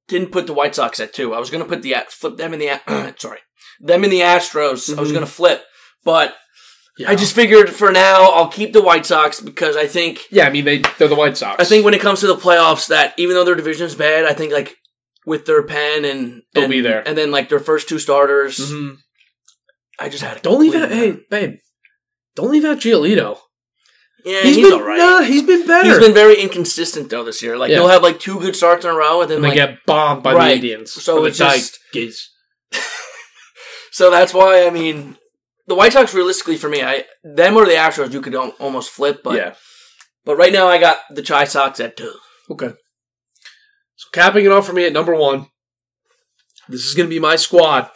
[SPEAKER 3] didn't put the White Sox at two. I was gonna put the A- flip them in the A- sorry them in the Astros. I was
[SPEAKER 1] Mhm.
[SPEAKER 3] gonna flip, but
[SPEAKER 1] Yeah.
[SPEAKER 3] I just figured for now I'll keep the White Sox because I think
[SPEAKER 1] yeah, I mean they they're the White Sox.
[SPEAKER 3] I think when it comes to the playoffs, that even though their division's bad, I think like with their pen and
[SPEAKER 1] They'll
[SPEAKER 3] and-
[SPEAKER 1] be there.
[SPEAKER 3] and then like their first two starters.
[SPEAKER 1] Mhm.
[SPEAKER 3] I just had to
[SPEAKER 1] Don't leave
[SPEAKER 3] believe
[SPEAKER 1] out. Hey, babe. Don't leave out Giolito.
[SPEAKER 3] Yeah,
[SPEAKER 1] he's
[SPEAKER 3] he's,
[SPEAKER 1] been
[SPEAKER 3] all right.
[SPEAKER 1] nah, he's been better.
[SPEAKER 3] He's been very inconsistent though this year. Like
[SPEAKER 1] Yeah.
[SPEAKER 3] he'll have like two good starts in a row, and then
[SPEAKER 1] and they
[SPEAKER 3] like
[SPEAKER 1] get bombed by the
[SPEAKER 3] Right.
[SPEAKER 1] Indians.
[SPEAKER 3] So
[SPEAKER 1] Or the
[SPEAKER 3] it's just-
[SPEAKER 1] Dykes.
[SPEAKER 3] so that's why I mean the White Sox realistically for me, I them or the Astros you could al- almost flip, but
[SPEAKER 1] yeah.
[SPEAKER 3] but right now I got the Chi Sox at two.
[SPEAKER 1] Okay. So capping it off for me at number one. This is going to be my squad.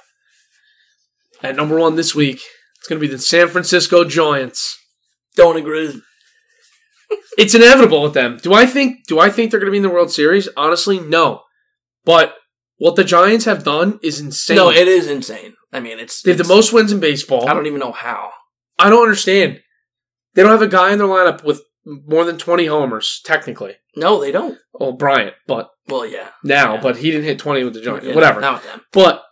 [SPEAKER 1] At number one this week, it's going to be the San Francisco Giants.
[SPEAKER 3] Don't agree.
[SPEAKER 1] It's inevitable with them. Do I think? Do I think they're going to be in the World Series? Honestly, no. But what the Giants have done is insane.
[SPEAKER 3] No, it is insane. I mean, it's
[SPEAKER 1] they have the
[SPEAKER 3] it's-
[SPEAKER 1] most wins in baseball.
[SPEAKER 3] I don't even know how.
[SPEAKER 1] I don't understand. They don't have a guy in their lineup with more than 20 homers, technically.
[SPEAKER 3] No, they don't.
[SPEAKER 1] Oh, Bryant, but
[SPEAKER 3] Well, yeah,
[SPEAKER 1] now,
[SPEAKER 3] Yeah.
[SPEAKER 1] but he didn't hit 20 with the Giants.
[SPEAKER 3] Yeah,
[SPEAKER 1] Whatever.
[SPEAKER 3] Not with them.
[SPEAKER 1] But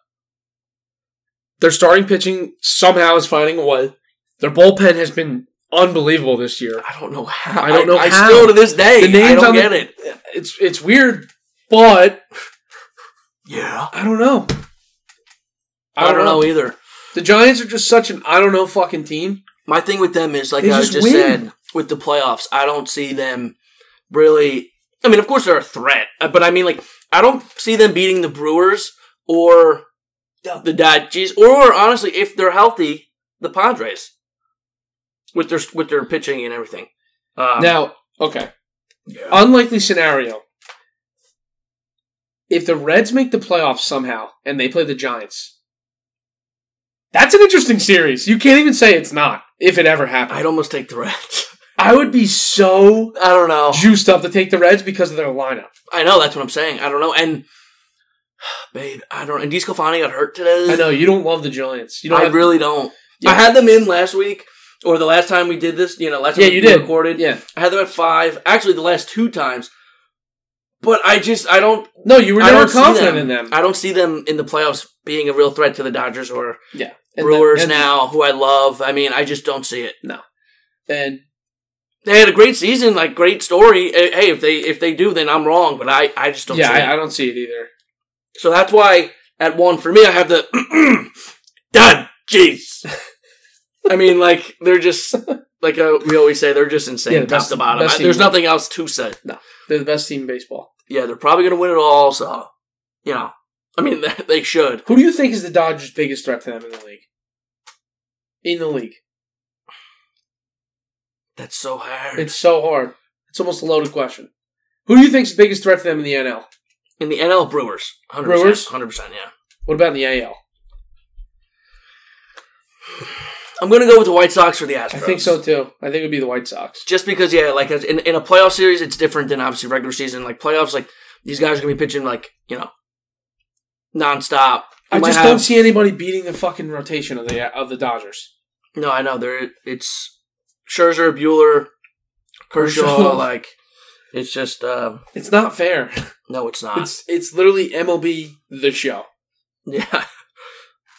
[SPEAKER 1] their starting pitching somehow is finding a way. Their bullpen has been unbelievable this year.
[SPEAKER 3] I don't know how.
[SPEAKER 1] I don't know
[SPEAKER 3] I,
[SPEAKER 1] how.
[SPEAKER 3] still to this day.
[SPEAKER 1] The names
[SPEAKER 3] I don't
[SPEAKER 1] on the-
[SPEAKER 3] get it.
[SPEAKER 1] It's it's weird, but
[SPEAKER 3] Yeah,
[SPEAKER 1] I don't know.
[SPEAKER 3] I don't, know. either.
[SPEAKER 1] The Giants are just such an I don't know fucking team.
[SPEAKER 3] My thing with them is like
[SPEAKER 1] They
[SPEAKER 3] I
[SPEAKER 1] just
[SPEAKER 3] just
[SPEAKER 1] win.
[SPEAKER 3] said with the playoffs, I don't see them really. I mean, of course they're a threat, uh, but I mean, like I don't see them beating the Brewers or the Dodgers, or honestly, if they're healthy, the Padres with their with their pitching and everything. Um,
[SPEAKER 1] Now, okay.
[SPEAKER 3] Yeah.
[SPEAKER 1] Unlikely scenario. If the Reds make the playoffs somehow and they play the Giants, that's an interesting series. You can't even say it's not, if it ever happened.
[SPEAKER 3] I'd almost take the Reds.
[SPEAKER 1] I would be so
[SPEAKER 3] I don't know.
[SPEAKER 1] juiced up to take the Reds because of their lineup.
[SPEAKER 3] I know that's what I'm saying. I don't know. And babe, I don't. And Discofani got hurt today.
[SPEAKER 1] I know you don't love the Giants. You don't
[SPEAKER 3] I
[SPEAKER 1] have-
[SPEAKER 3] really don't.
[SPEAKER 1] Yeah.
[SPEAKER 3] I had them in last week, or the last time we did this. You know, last time
[SPEAKER 1] yeah,
[SPEAKER 3] we
[SPEAKER 1] you did.
[SPEAKER 3] recorded.
[SPEAKER 1] Yeah,
[SPEAKER 3] I had them at five. Actually, the last two times. But I just I don't.
[SPEAKER 1] no, you were
[SPEAKER 3] I
[SPEAKER 1] never
[SPEAKER 3] don't see
[SPEAKER 1] confident in them.
[SPEAKER 3] I don't see them in the playoffs being a real threat to the Dodgers or
[SPEAKER 1] yeah,
[SPEAKER 3] Brewers
[SPEAKER 1] and,
[SPEAKER 3] now, who I love. I mean, I just don't see it.
[SPEAKER 1] and
[SPEAKER 3] They had a great season, like great story. Eh, Hey, if they if they do, then I'm wrong. But I I just don't.
[SPEAKER 1] yeah,
[SPEAKER 3] see it.
[SPEAKER 1] I, I don't see it either.
[SPEAKER 3] So that's why at one for me I have the done. Jeez. I mean, like they're just like uh, we always say, they're just insane,
[SPEAKER 1] Yeah,
[SPEAKER 3] top
[SPEAKER 1] best-
[SPEAKER 3] to bottom.
[SPEAKER 1] best
[SPEAKER 3] I-
[SPEAKER 1] team.
[SPEAKER 3] there's nothing else to say.
[SPEAKER 1] They're the best team in baseball.
[SPEAKER 3] Yeah, they're probably gonna win it all. So you know, I mean, they should.
[SPEAKER 1] Who do you think is the Dodgers' biggest threat to them in the league? In the league,
[SPEAKER 3] That's so hard
[SPEAKER 1] it's so hard. It's almost a loaded question. Who do you think's the biggest threat to them in the NL?
[SPEAKER 3] in the NL Brewers. 100%,
[SPEAKER 1] Brewers?
[SPEAKER 3] hundred percent. Yeah,
[SPEAKER 1] What about in the AL?
[SPEAKER 3] I'm gonna go with the White Sox or the Astros.
[SPEAKER 1] I think so too. I think it would be the White Sox.
[SPEAKER 3] Just because, yeah, like as- in, in a playoff series, it's different than obviously regular season. Like playoffs, like these guys are gonna be pitching like you know, nonstop.
[SPEAKER 1] I
[SPEAKER 3] You might
[SPEAKER 1] just
[SPEAKER 3] have-
[SPEAKER 1] don't see anybody beating the fucking rotation of the of the Dodgers.
[SPEAKER 3] No, I know. There, it's Scherzer, Bueller, Kershaw.
[SPEAKER 1] Kershaw.
[SPEAKER 3] Like, it's just um,
[SPEAKER 1] It's not fair.
[SPEAKER 3] no, it's not.
[SPEAKER 1] It's it's literally MLB the show.
[SPEAKER 3] yeah,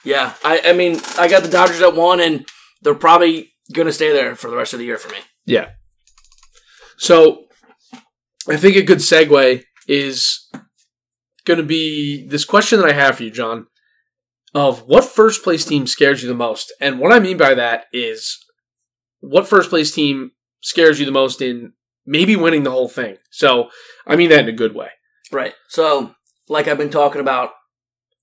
[SPEAKER 3] yeah. I, I mean, I got the Dodgers at one, and they're probably gonna stay there for the rest of the year for me.
[SPEAKER 1] Yeah. So I think a good segue is going to be this question that I have for you, John, of what first place team scares you the most? And what I mean by that is what first place team scares you the most in maybe winning the whole thing. So I mean that in a good way.
[SPEAKER 3] Right. So, like I've been talking about,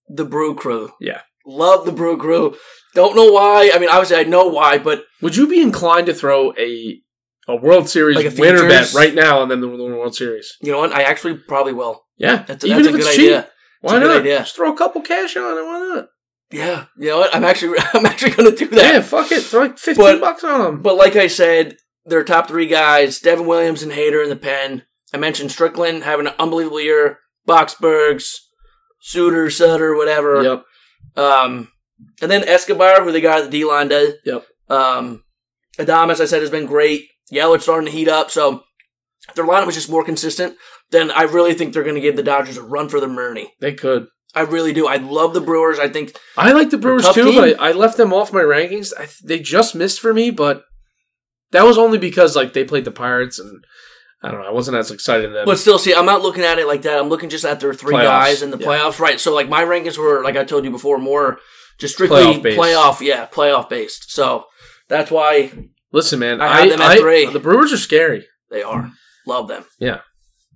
[SPEAKER 3] the Brew Crew.
[SPEAKER 1] Yeah.
[SPEAKER 3] Love the Brew Crew. Don't know why. I mean, obviously, I know why, but
[SPEAKER 1] Would you be inclined to throw a a World Series
[SPEAKER 3] Like a
[SPEAKER 1] winner bet
[SPEAKER 3] futures?
[SPEAKER 1] right now and then the World Series?
[SPEAKER 3] you know what? I actually probably will.
[SPEAKER 1] Yeah,
[SPEAKER 3] That's a, that's a good idea.
[SPEAKER 1] Why
[SPEAKER 3] It's a
[SPEAKER 1] not?
[SPEAKER 3] good idea.
[SPEAKER 1] Just throw a couple cash on it. Why not?
[SPEAKER 3] Yeah. You know what? I'm actually I'm actually gonna do
[SPEAKER 1] Yeah,
[SPEAKER 3] that.
[SPEAKER 1] fuck it. Throw like fifteen
[SPEAKER 3] But-
[SPEAKER 1] bucks on them.
[SPEAKER 3] But like I said, their top three guys: Devin Williams and Hayter in the pen. I mentioned Strickland having an unbelievable year. Boxbergs, Suter, Sutter, whatever.
[SPEAKER 1] yep.
[SPEAKER 3] Um, and then Escobar, who they got at the D line day.
[SPEAKER 1] Yep.
[SPEAKER 3] Um, Adamas, I said, has been great. Yelich starting to heat up. So if their lineup was just more consistent, then I really think they're going to give the Dodgers a run for their money.
[SPEAKER 1] They could.
[SPEAKER 3] I really do. I love the Brewers. I think
[SPEAKER 1] I like the Brewers
[SPEAKER 3] tough
[SPEAKER 1] too,
[SPEAKER 3] team.
[SPEAKER 1] but I, I left them off my rankings. I, th- they just missed for me, but that was only because like they played the Pirates, and I don't know. I wasn't as excited then.
[SPEAKER 3] But still, see, I'm not looking at it like that. I'm looking just at their three
[SPEAKER 1] Playoffs.
[SPEAKER 3] guys in the
[SPEAKER 1] Yeah.
[SPEAKER 3] playoffs, right? So, like my rankings were, like I told you before, more just strictly
[SPEAKER 1] Playoff
[SPEAKER 3] playoff,
[SPEAKER 1] based.
[SPEAKER 3] yeah, playoff based. So that's why
[SPEAKER 1] Listen, man,
[SPEAKER 3] I had them at three.
[SPEAKER 1] The Brewers are scary,
[SPEAKER 3] They are. Love them.
[SPEAKER 1] Yeah.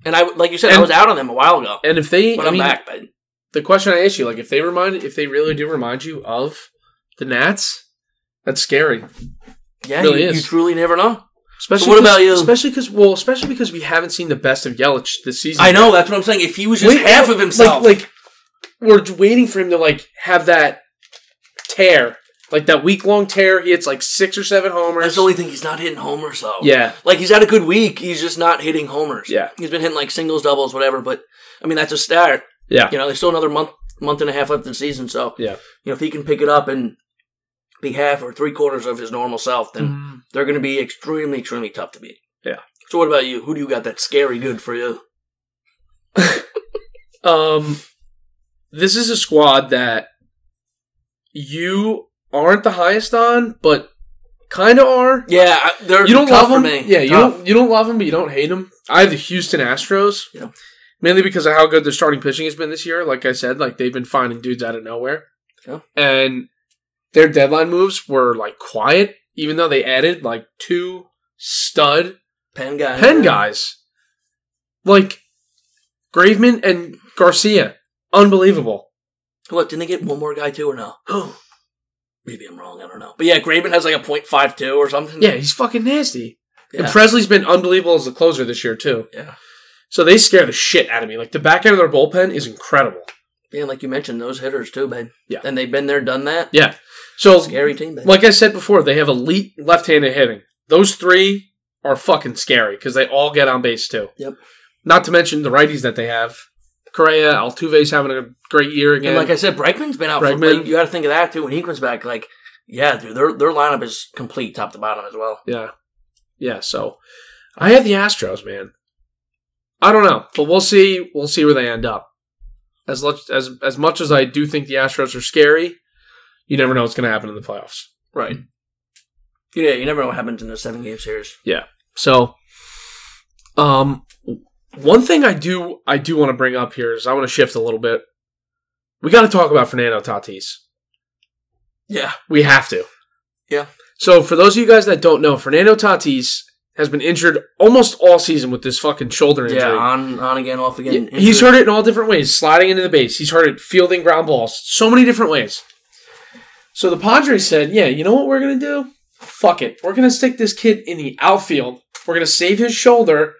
[SPEAKER 3] And I like you said, I
[SPEAKER 1] And-
[SPEAKER 3] was out on them a while ago.
[SPEAKER 1] and if they,
[SPEAKER 3] But
[SPEAKER 1] I
[SPEAKER 3] I'm
[SPEAKER 1] mean,
[SPEAKER 3] back, but
[SPEAKER 1] the question I asked you, like if they remind, if they really do remind you of the Nats, that's scary.
[SPEAKER 3] yeah,
[SPEAKER 1] really
[SPEAKER 3] you, you
[SPEAKER 1] is.
[SPEAKER 3] truly never know.
[SPEAKER 1] Especially
[SPEAKER 3] what
[SPEAKER 1] 'cause-
[SPEAKER 3] about you?
[SPEAKER 1] Especially because well, especially because we haven't seen the best of Yelich this season.
[SPEAKER 3] I know, that's what I'm saying. If he was just
[SPEAKER 1] Wait,
[SPEAKER 3] half
[SPEAKER 1] like-
[SPEAKER 3] of himself.
[SPEAKER 1] Like, like we're j- waiting for him to like have that tear, like that week long tear. He hits like six or seven homers.
[SPEAKER 3] that's the only thing he's not hitting homers though.
[SPEAKER 1] yeah,
[SPEAKER 3] Like he's had a good week, he's just not hitting homers.
[SPEAKER 1] Yeah.
[SPEAKER 3] He's been hitting like singles, doubles, whatever, but I mean that's a start.
[SPEAKER 1] yeah,
[SPEAKER 3] You know, there's still another month month and a half left in the season, so
[SPEAKER 1] yeah.
[SPEAKER 3] you know, if he can pick it up and be half or three quarters of his normal self, then they're going to be extremely, extremely tough to beat.
[SPEAKER 1] Mm-hmm. Yeah.
[SPEAKER 3] So what about you? Who do you got that's scary good for you?
[SPEAKER 1] Um, this is a squad that you aren't the highest on, but kind of are.
[SPEAKER 3] Yeah, I- they're
[SPEAKER 1] You don't
[SPEAKER 3] tough
[SPEAKER 1] love them.
[SPEAKER 3] for me.
[SPEAKER 1] Yeah, you
[SPEAKER 3] Tough.
[SPEAKER 1] don't you don't love them, but you don't hate them. I have the Houston Astros.
[SPEAKER 3] Yeah.
[SPEAKER 1] Mainly because of how good their starting pitching has been this year. Like I said, like they've been finding dudes out of nowhere.
[SPEAKER 3] Yeah.
[SPEAKER 1] And their deadline moves were like quiet, even though they added like two stud
[SPEAKER 3] pen guy.
[SPEAKER 1] pen guys. Like Graveman and Garcia. Unbelievable.
[SPEAKER 3] What didn't they get one more guy too or no? Maybe I'm wrong. I don't know. But yeah, Graven has like a point five two or something.
[SPEAKER 1] Yeah, he's fucking nasty.
[SPEAKER 3] Yeah.
[SPEAKER 1] And Presley's been unbelievable as the closer this year too.
[SPEAKER 3] Yeah.
[SPEAKER 1] So they scare the shit out of me. Like the back end of their bullpen is incredible.
[SPEAKER 3] Yeah, like you mentioned, those hitters too, babe.
[SPEAKER 1] Yeah.
[SPEAKER 3] And they've been there, done that.
[SPEAKER 1] Yeah. So,
[SPEAKER 3] Scary team, babe.
[SPEAKER 1] like I said before, they have elite left handed hitting. Those three are fucking scary because they all get on base too.
[SPEAKER 3] Yep.
[SPEAKER 1] Not to mention the righties that they have. Correa, Altuve's having a great year again.
[SPEAKER 3] And like I said, Bregman's been out. For,
[SPEAKER 1] Bregman.
[SPEAKER 3] like, you got to think of that too when he comes back. Like, yeah, dude, their their lineup is complete top to bottom as well.
[SPEAKER 1] yeah. Yeah. So I have the Astros, man. I don't know, but we'll see. We'll see where they end up. As much as as much as I do think the Astros are scary, you never know what's going to happen in the playoffs.
[SPEAKER 3] Right. Yeah, you never know what happens in a seven game series.
[SPEAKER 1] So, um, one thing I do I do want to bring up here is I want to shift a little bit. We got to talk about Fernando Tatis.
[SPEAKER 3] Yeah.
[SPEAKER 1] We have to.
[SPEAKER 3] Yeah.
[SPEAKER 1] So for those of you guys that don't know, Fernando Tatis has been injured almost all season with this fucking shoulder injury.
[SPEAKER 3] Yeah, on on again, off again.
[SPEAKER 1] Yeah, He's heard it in all different ways, sliding into the base. He's heard it fielding ground balls, so many different ways. So the Padres said, "Yeah, you know what we're gonna do? Fuck it. We're gonna stick this kid in the outfield. We're gonna save his shoulder,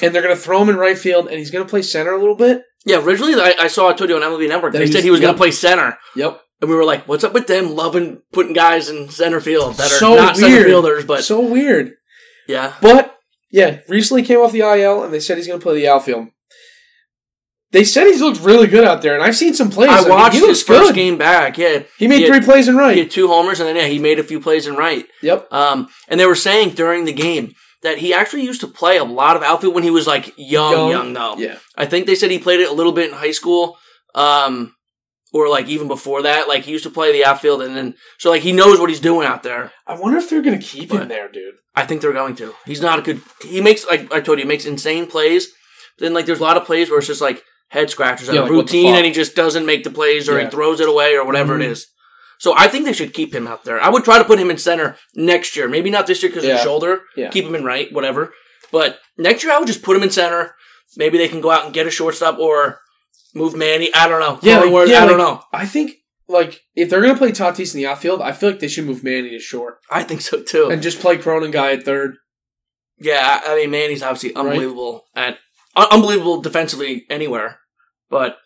[SPEAKER 1] and they're gonna throw him in right field, and he's gonna play center a little bit."
[SPEAKER 3] Yeah, originally I, I saw I told you on MLB Network.
[SPEAKER 1] That
[SPEAKER 3] They
[SPEAKER 1] he's-
[SPEAKER 3] said he was going
[SPEAKER 1] yeah.
[SPEAKER 3] to play center,
[SPEAKER 1] Yep.
[SPEAKER 3] and we were like, "What's up with them loving putting guys in center field that are
[SPEAKER 1] So
[SPEAKER 3] not center
[SPEAKER 1] weird.
[SPEAKER 3] fielders?" But
[SPEAKER 1] so weird.
[SPEAKER 3] yeah,
[SPEAKER 1] But yeah, recently came off the IL, and they said he's gonna play the outfield. They said he's looked really good out there, and I've seen some plays.
[SPEAKER 3] I
[SPEAKER 1] mean,
[SPEAKER 3] watched
[SPEAKER 1] he
[SPEAKER 3] his
[SPEAKER 1] looks
[SPEAKER 3] first
[SPEAKER 1] good.
[SPEAKER 3] game back. Yeah,
[SPEAKER 1] He made
[SPEAKER 3] Yeah.
[SPEAKER 1] three plays in
[SPEAKER 3] he
[SPEAKER 1] right.
[SPEAKER 3] had two homers, and then yeah, he made a few plays in right.
[SPEAKER 1] Yep.
[SPEAKER 3] Um, and they were saying during the game that he actually used to play a lot of outfield when he was like young, young, though.
[SPEAKER 1] Yeah.
[SPEAKER 3] I think they said he played it a little bit in high school, um, or like even before that. Like he used to play the outfield, and then so like he knows what he's doing out there.
[SPEAKER 1] I wonder if they're gonna keep
[SPEAKER 3] But-
[SPEAKER 1] him there, dude.
[SPEAKER 3] I think they're going to. He's not a good. He makes like I told you, he makes insane plays. Then like there's a lot of plays where it's just like head scratchers and
[SPEAKER 1] Yeah,
[SPEAKER 3] a
[SPEAKER 1] like, what the
[SPEAKER 3] routine,
[SPEAKER 1] fuck?
[SPEAKER 3] and he just doesn't make the plays or
[SPEAKER 1] Yeah.
[SPEAKER 3] he throws it away or whatever it
[SPEAKER 1] Mhm.
[SPEAKER 3] is. So I think they should keep him out there. I would try to put him in center next year. Maybe not this year because of his
[SPEAKER 1] Yeah.
[SPEAKER 3] shoulder.
[SPEAKER 1] Yeah.
[SPEAKER 3] Keep him in right, whatever. But next year I would just put him in center. Maybe they can go out and get a shortstop or move Manny. I don't know.
[SPEAKER 1] Yeah, like-
[SPEAKER 3] Cronenworth,
[SPEAKER 1] yeah,
[SPEAKER 3] I don't
[SPEAKER 1] like-
[SPEAKER 3] know.
[SPEAKER 1] I think like if they're gonna play Tatis in the outfield, I feel like they should move Manny to short
[SPEAKER 3] I think so too.
[SPEAKER 1] and just play Cronin guy at third.
[SPEAKER 3] Yeah, I I mean, Manny's obviously
[SPEAKER 1] Right.
[SPEAKER 3] unbelievable at un- unbelievable defensively anywhere, but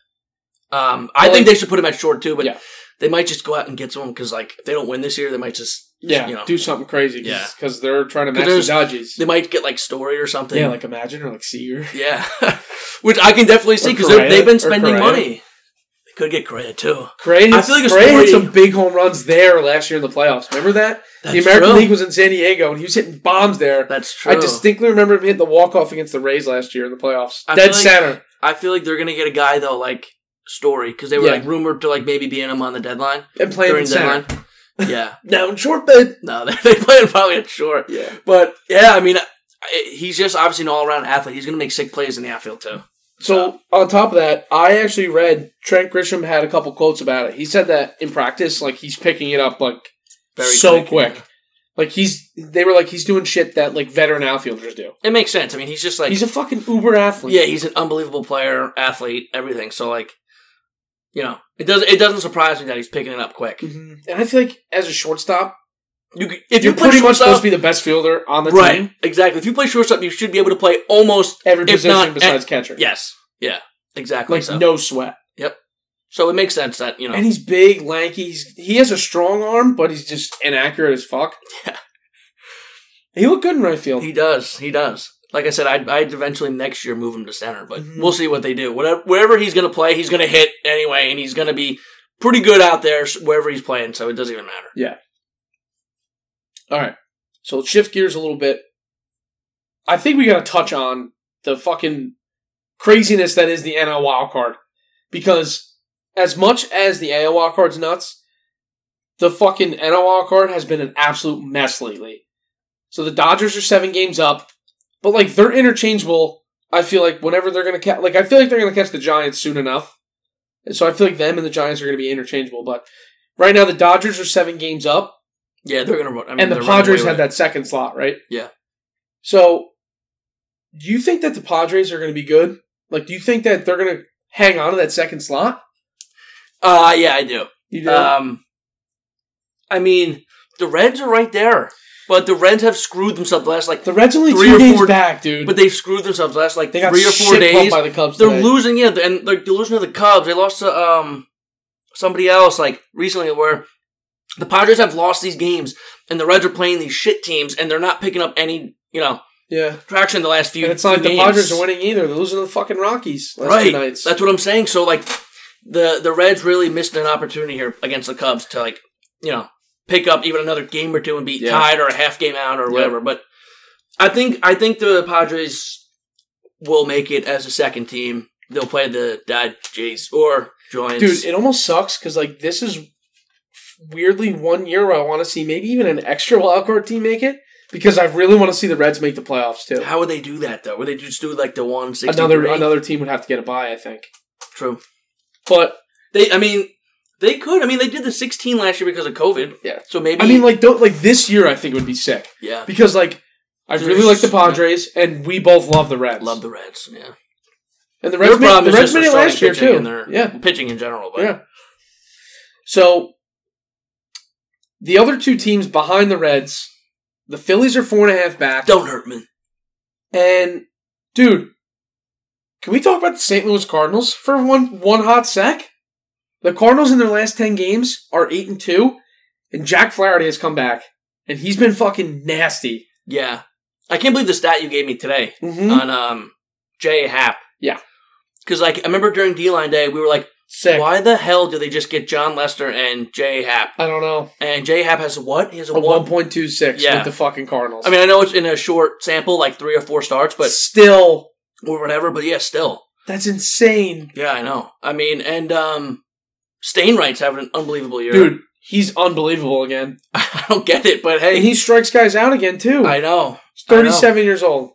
[SPEAKER 3] um, I
[SPEAKER 1] Well,
[SPEAKER 3] think
[SPEAKER 1] like-
[SPEAKER 3] they should put him at short too. But
[SPEAKER 1] Yeah.
[SPEAKER 3] they might just go out and get someone because like if they don't win this year, they might just
[SPEAKER 1] Yeah,
[SPEAKER 3] you know.
[SPEAKER 1] do something crazy.
[SPEAKER 3] Yeah.
[SPEAKER 1] because they're trying to
[SPEAKER 3] 'Cause
[SPEAKER 1] match the
[SPEAKER 3] there's-
[SPEAKER 1] Dodgers.
[SPEAKER 3] they might get like Story or something.
[SPEAKER 1] yeah, like imagine or like Seager.
[SPEAKER 3] yeah, which I can definitely see because
[SPEAKER 1] Correa-
[SPEAKER 3] they've
[SPEAKER 1] or
[SPEAKER 3] been spending
[SPEAKER 1] Correa.
[SPEAKER 3] money. They could get Correa too.
[SPEAKER 1] Cray,
[SPEAKER 3] I feel like it's
[SPEAKER 1] Cray hit
[SPEAKER 3] already-
[SPEAKER 1] some big home runs there last year in the playoffs. Remember that? the
[SPEAKER 3] That's
[SPEAKER 1] American
[SPEAKER 3] true.
[SPEAKER 1] League was in San Diego and he was hitting bombs there.
[SPEAKER 3] That's true.
[SPEAKER 1] I distinctly remember him hitting the walk off against the Rays last year in the playoffs.
[SPEAKER 3] I
[SPEAKER 1] Dead
[SPEAKER 3] feel like-
[SPEAKER 1] center.
[SPEAKER 3] I feel like they're gonna get a guy though like Story because they were
[SPEAKER 1] Yeah.
[SPEAKER 3] like rumored to like maybe be in him on the deadline
[SPEAKER 1] And playing
[SPEAKER 3] during
[SPEAKER 1] in
[SPEAKER 3] the
[SPEAKER 1] center.
[SPEAKER 3] deadline. Yeah,
[SPEAKER 1] Now in short bed.
[SPEAKER 3] no, they, they play him probably at short.
[SPEAKER 1] Yeah.
[SPEAKER 3] But yeah, I mean, I- I- he's just obviously an all around athlete. He's going to make sick plays in the outfield too.
[SPEAKER 1] So on top of that, I actually read Trent Grisham had a couple quotes about it. He said that in practice, like he's picking it up like so
[SPEAKER 3] quick.
[SPEAKER 1] quick. Like he's they were like he's doing shit that like veteran outfielders do.
[SPEAKER 3] It makes sense. I mean, he's just like
[SPEAKER 1] he's a fucking uber athlete.
[SPEAKER 3] yeah, he's an unbelievable player, athlete, everything. So like, you know, it does it doesn't surprise me that he's picking it up quick.
[SPEAKER 1] Mhm. And I feel like as a shortstop,
[SPEAKER 3] You could- if
[SPEAKER 1] you're
[SPEAKER 3] you play
[SPEAKER 1] pretty much supposed
[SPEAKER 3] shortstop,
[SPEAKER 1] to be the best fielder on the
[SPEAKER 3] right,
[SPEAKER 1] team.
[SPEAKER 3] exactly. If you play shortstop, you should be able to play almost
[SPEAKER 1] Every
[SPEAKER 3] If
[SPEAKER 1] position
[SPEAKER 3] not,
[SPEAKER 1] besides catcher.
[SPEAKER 3] yes, yeah, exactly.
[SPEAKER 1] Like
[SPEAKER 3] so.
[SPEAKER 1] no sweat.
[SPEAKER 3] so it makes sense that you know
[SPEAKER 1] And he's big, lanky. He's, he has a strong arm, but he's just inaccurate as fuck.
[SPEAKER 3] Yeah.
[SPEAKER 1] He looked good in right field.
[SPEAKER 3] He does. He does. Like I said, I'd, I'd eventually next year move him to center, but
[SPEAKER 1] Mhm.
[SPEAKER 3] we'll see what they do. Whatever, wherever he's going to play, he's going to hit anyway, and he's going to be pretty good out there s- wherever he's playing. So it doesn't even matter.
[SPEAKER 1] All right. So let's shift gears a little bit. I think we got to touch on the fucking craziness that is the NL wild card. Because as much as the AL wild card's nuts, the fucking NL wild card has been an absolute mess lately. So the Dodgers are seven games up, but like they're interchangeable. I feel like whenever they're gonna catch, like I feel like they're gonna catch the Giants soon enough. And so I feel like them and the Giants are gonna be interchangeable. But right now the Dodgers are seven games up
[SPEAKER 3] Yeah, they're going to run. I mean,
[SPEAKER 1] and the
[SPEAKER 3] they're running
[SPEAKER 1] Padres
[SPEAKER 3] away
[SPEAKER 1] had
[SPEAKER 3] with
[SPEAKER 1] that second slot, right?
[SPEAKER 3] Yeah.
[SPEAKER 1] So, do you think that the Padres are going to be good? Like, do you think that they're going to hang on to that second slot?
[SPEAKER 3] it. Uh, yeah, I do.
[SPEAKER 1] You do.
[SPEAKER 3] Um, I mean, the Reds are right there, but the Reds have screwed themselves the last like,
[SPEAKER 1] the Reds only
[SPEAKER 3] three
[SPEAKER 1] two
[SPEAKER 3] or
[SPEAKER 1] games
[SPEAKER 3] four-
[SPEAKER 1] back, dude.
[SPEAKER 3] but they've screwed themselves the last like
[SPEAKER 1] they got
[SPEAKER 3] three or four days.
[SPEAKER 1] by the Cubs.
[SPEAKER 3] They're
[SPEAKER 1] today.
[SPEAKER 3] losing, yeah, and they're, they're losing to the Cubs. They lost to um somebody else like recently, where the Padres have lost these games, and the Reds are playing these shit teams, and they're not picking up any you know
[SPEAKER 1] yeah,
[SPEAKER 3] traction the last few.
[SPEAKER 1] and it's not like
[SPEAKER 3] few
[SPEAKER 1] the
[SPEAKER 3] games.
[SPEAKER 1] Padres are winning either. They're losing to the fucking Rockies last
[SPEAKER 3] right?
[SPEAKER 1] two nights.
[SPEAKER 3] That's what I'm saying. So like the the Reds really missed an opportunity here against the Cubs to like you know pick up even another game or two and be
[SPEAKER 1] Yeah.
[SPEAKER 3] tied or a half game out or
[SPEAKER 1] Yeah.
[SPEAKER 3] whatever. But I think I think the Padres will make it as a second team. They'll play the Dodgers or Giants.
[SPEAKER 1] dude. It almost sucks because like this is weirdly one year where I want to see maybe even an extra wild card team make it because I really want to see the Reds make the playoffs too.
[SPEAKER 3] How would they do that though? Would they just do like the one sixty?
[SPEAKER 1] Another another team would have to get a bye, I think.
[SPEAKER 3] true.
[SPEAKER 1] But
[SPEAKER 3] They, I mean, they could. I mean, they did the sixteen last year because of COVID.
[SPEAKER 1] Yeah.
[SPEAKER 3] So maybe.
[SPEAKER 1] I mean, like, don't like this year. I think would be sick
[SPEAKER 3] yeah,
[SPEAKER 1] because like I
[SPEAKER 3] There's-
[SPEAKER 1] really like the Padres, and we both love the Reds.
[SPEAKER 3] love the Reds. Yeah.
[SPEAKER 1] and the
[SPEAKER 3] Their
[SPEAKER 1] Reds. Made,
[SPEAKER 3] problem
[SPEAKER 1] the
[SPEAKER 3] is
[SPEAKER 1] Reds
[SPEAKER 3] just
[SPEAKER 1] made
[SPEAKER 3] their
[SPEAKER 1] it
[SPEAKER 3] starting
[SPEAKER 1] last year
[SPEAKER 3] pitching
[SPEAKER 1] too.
[SPEAKER 3] and their
[SPEAKER 1] Yeah,
[SPEAKER 3] pitching in general. But
[SPEAKER 1] yeah. So the other two teams behind the Reds, the Phillies are four and a half back.
[SPEAKER 3] don't hurt me.
[SPEAKER 1] And dude, can we talk about the St. Louis Cardinals for one one hot sec? The Cardinals in their last ten games are eight and two, and Jack Flaherty has come back, and he's been fucking nasty.
[SPEAKER 3] Yeah, I can't believe the stat you gave me today
[SPEAKER 1] Mm-hmm.
[SPEAKER 3] on um J Hap.
[SPEAKER 1] Yeah.
[SPEAKER 3] because like I remember during D line day, we were like,
[SPEAKER 1] Sick.
[SPEAKER 3] why the hell do they just get John Lester and J Hap?
[SPEAKER 1] I don't know.
[SPEAKER 3] And J Hap has a what? He has a,
[SPEAKER 1] a
[SPEAKER 3] one.
[SPEAKER 1] one point two six
[SPEAKER 3] Yeah.
[SPEAKER 1] with the fucking Cardinals.
[SPEAKER 3] I mean, I know it's in a short sample, like three or four starts,
[SPEAKER 1] but
[SPEAKER 3] but
[SPEAKER 1] still,
[SPEAKER 3] or whatever. But yeah, still.
[SPEAKER 1] that's insane,
[SPEAKER 3] Yeah, I know. I mean, and um, Stainwright's having an unbelievable year.
[SPEAKER 1] dude. He's unbelievable again,
[SPEAKER 3] I don't get it, but hey,
[SPEAKER 1] and he strikes guys out again too.
[SPEAKER 3] I know.
[SPEAKER 1] He's thirty-seven years old.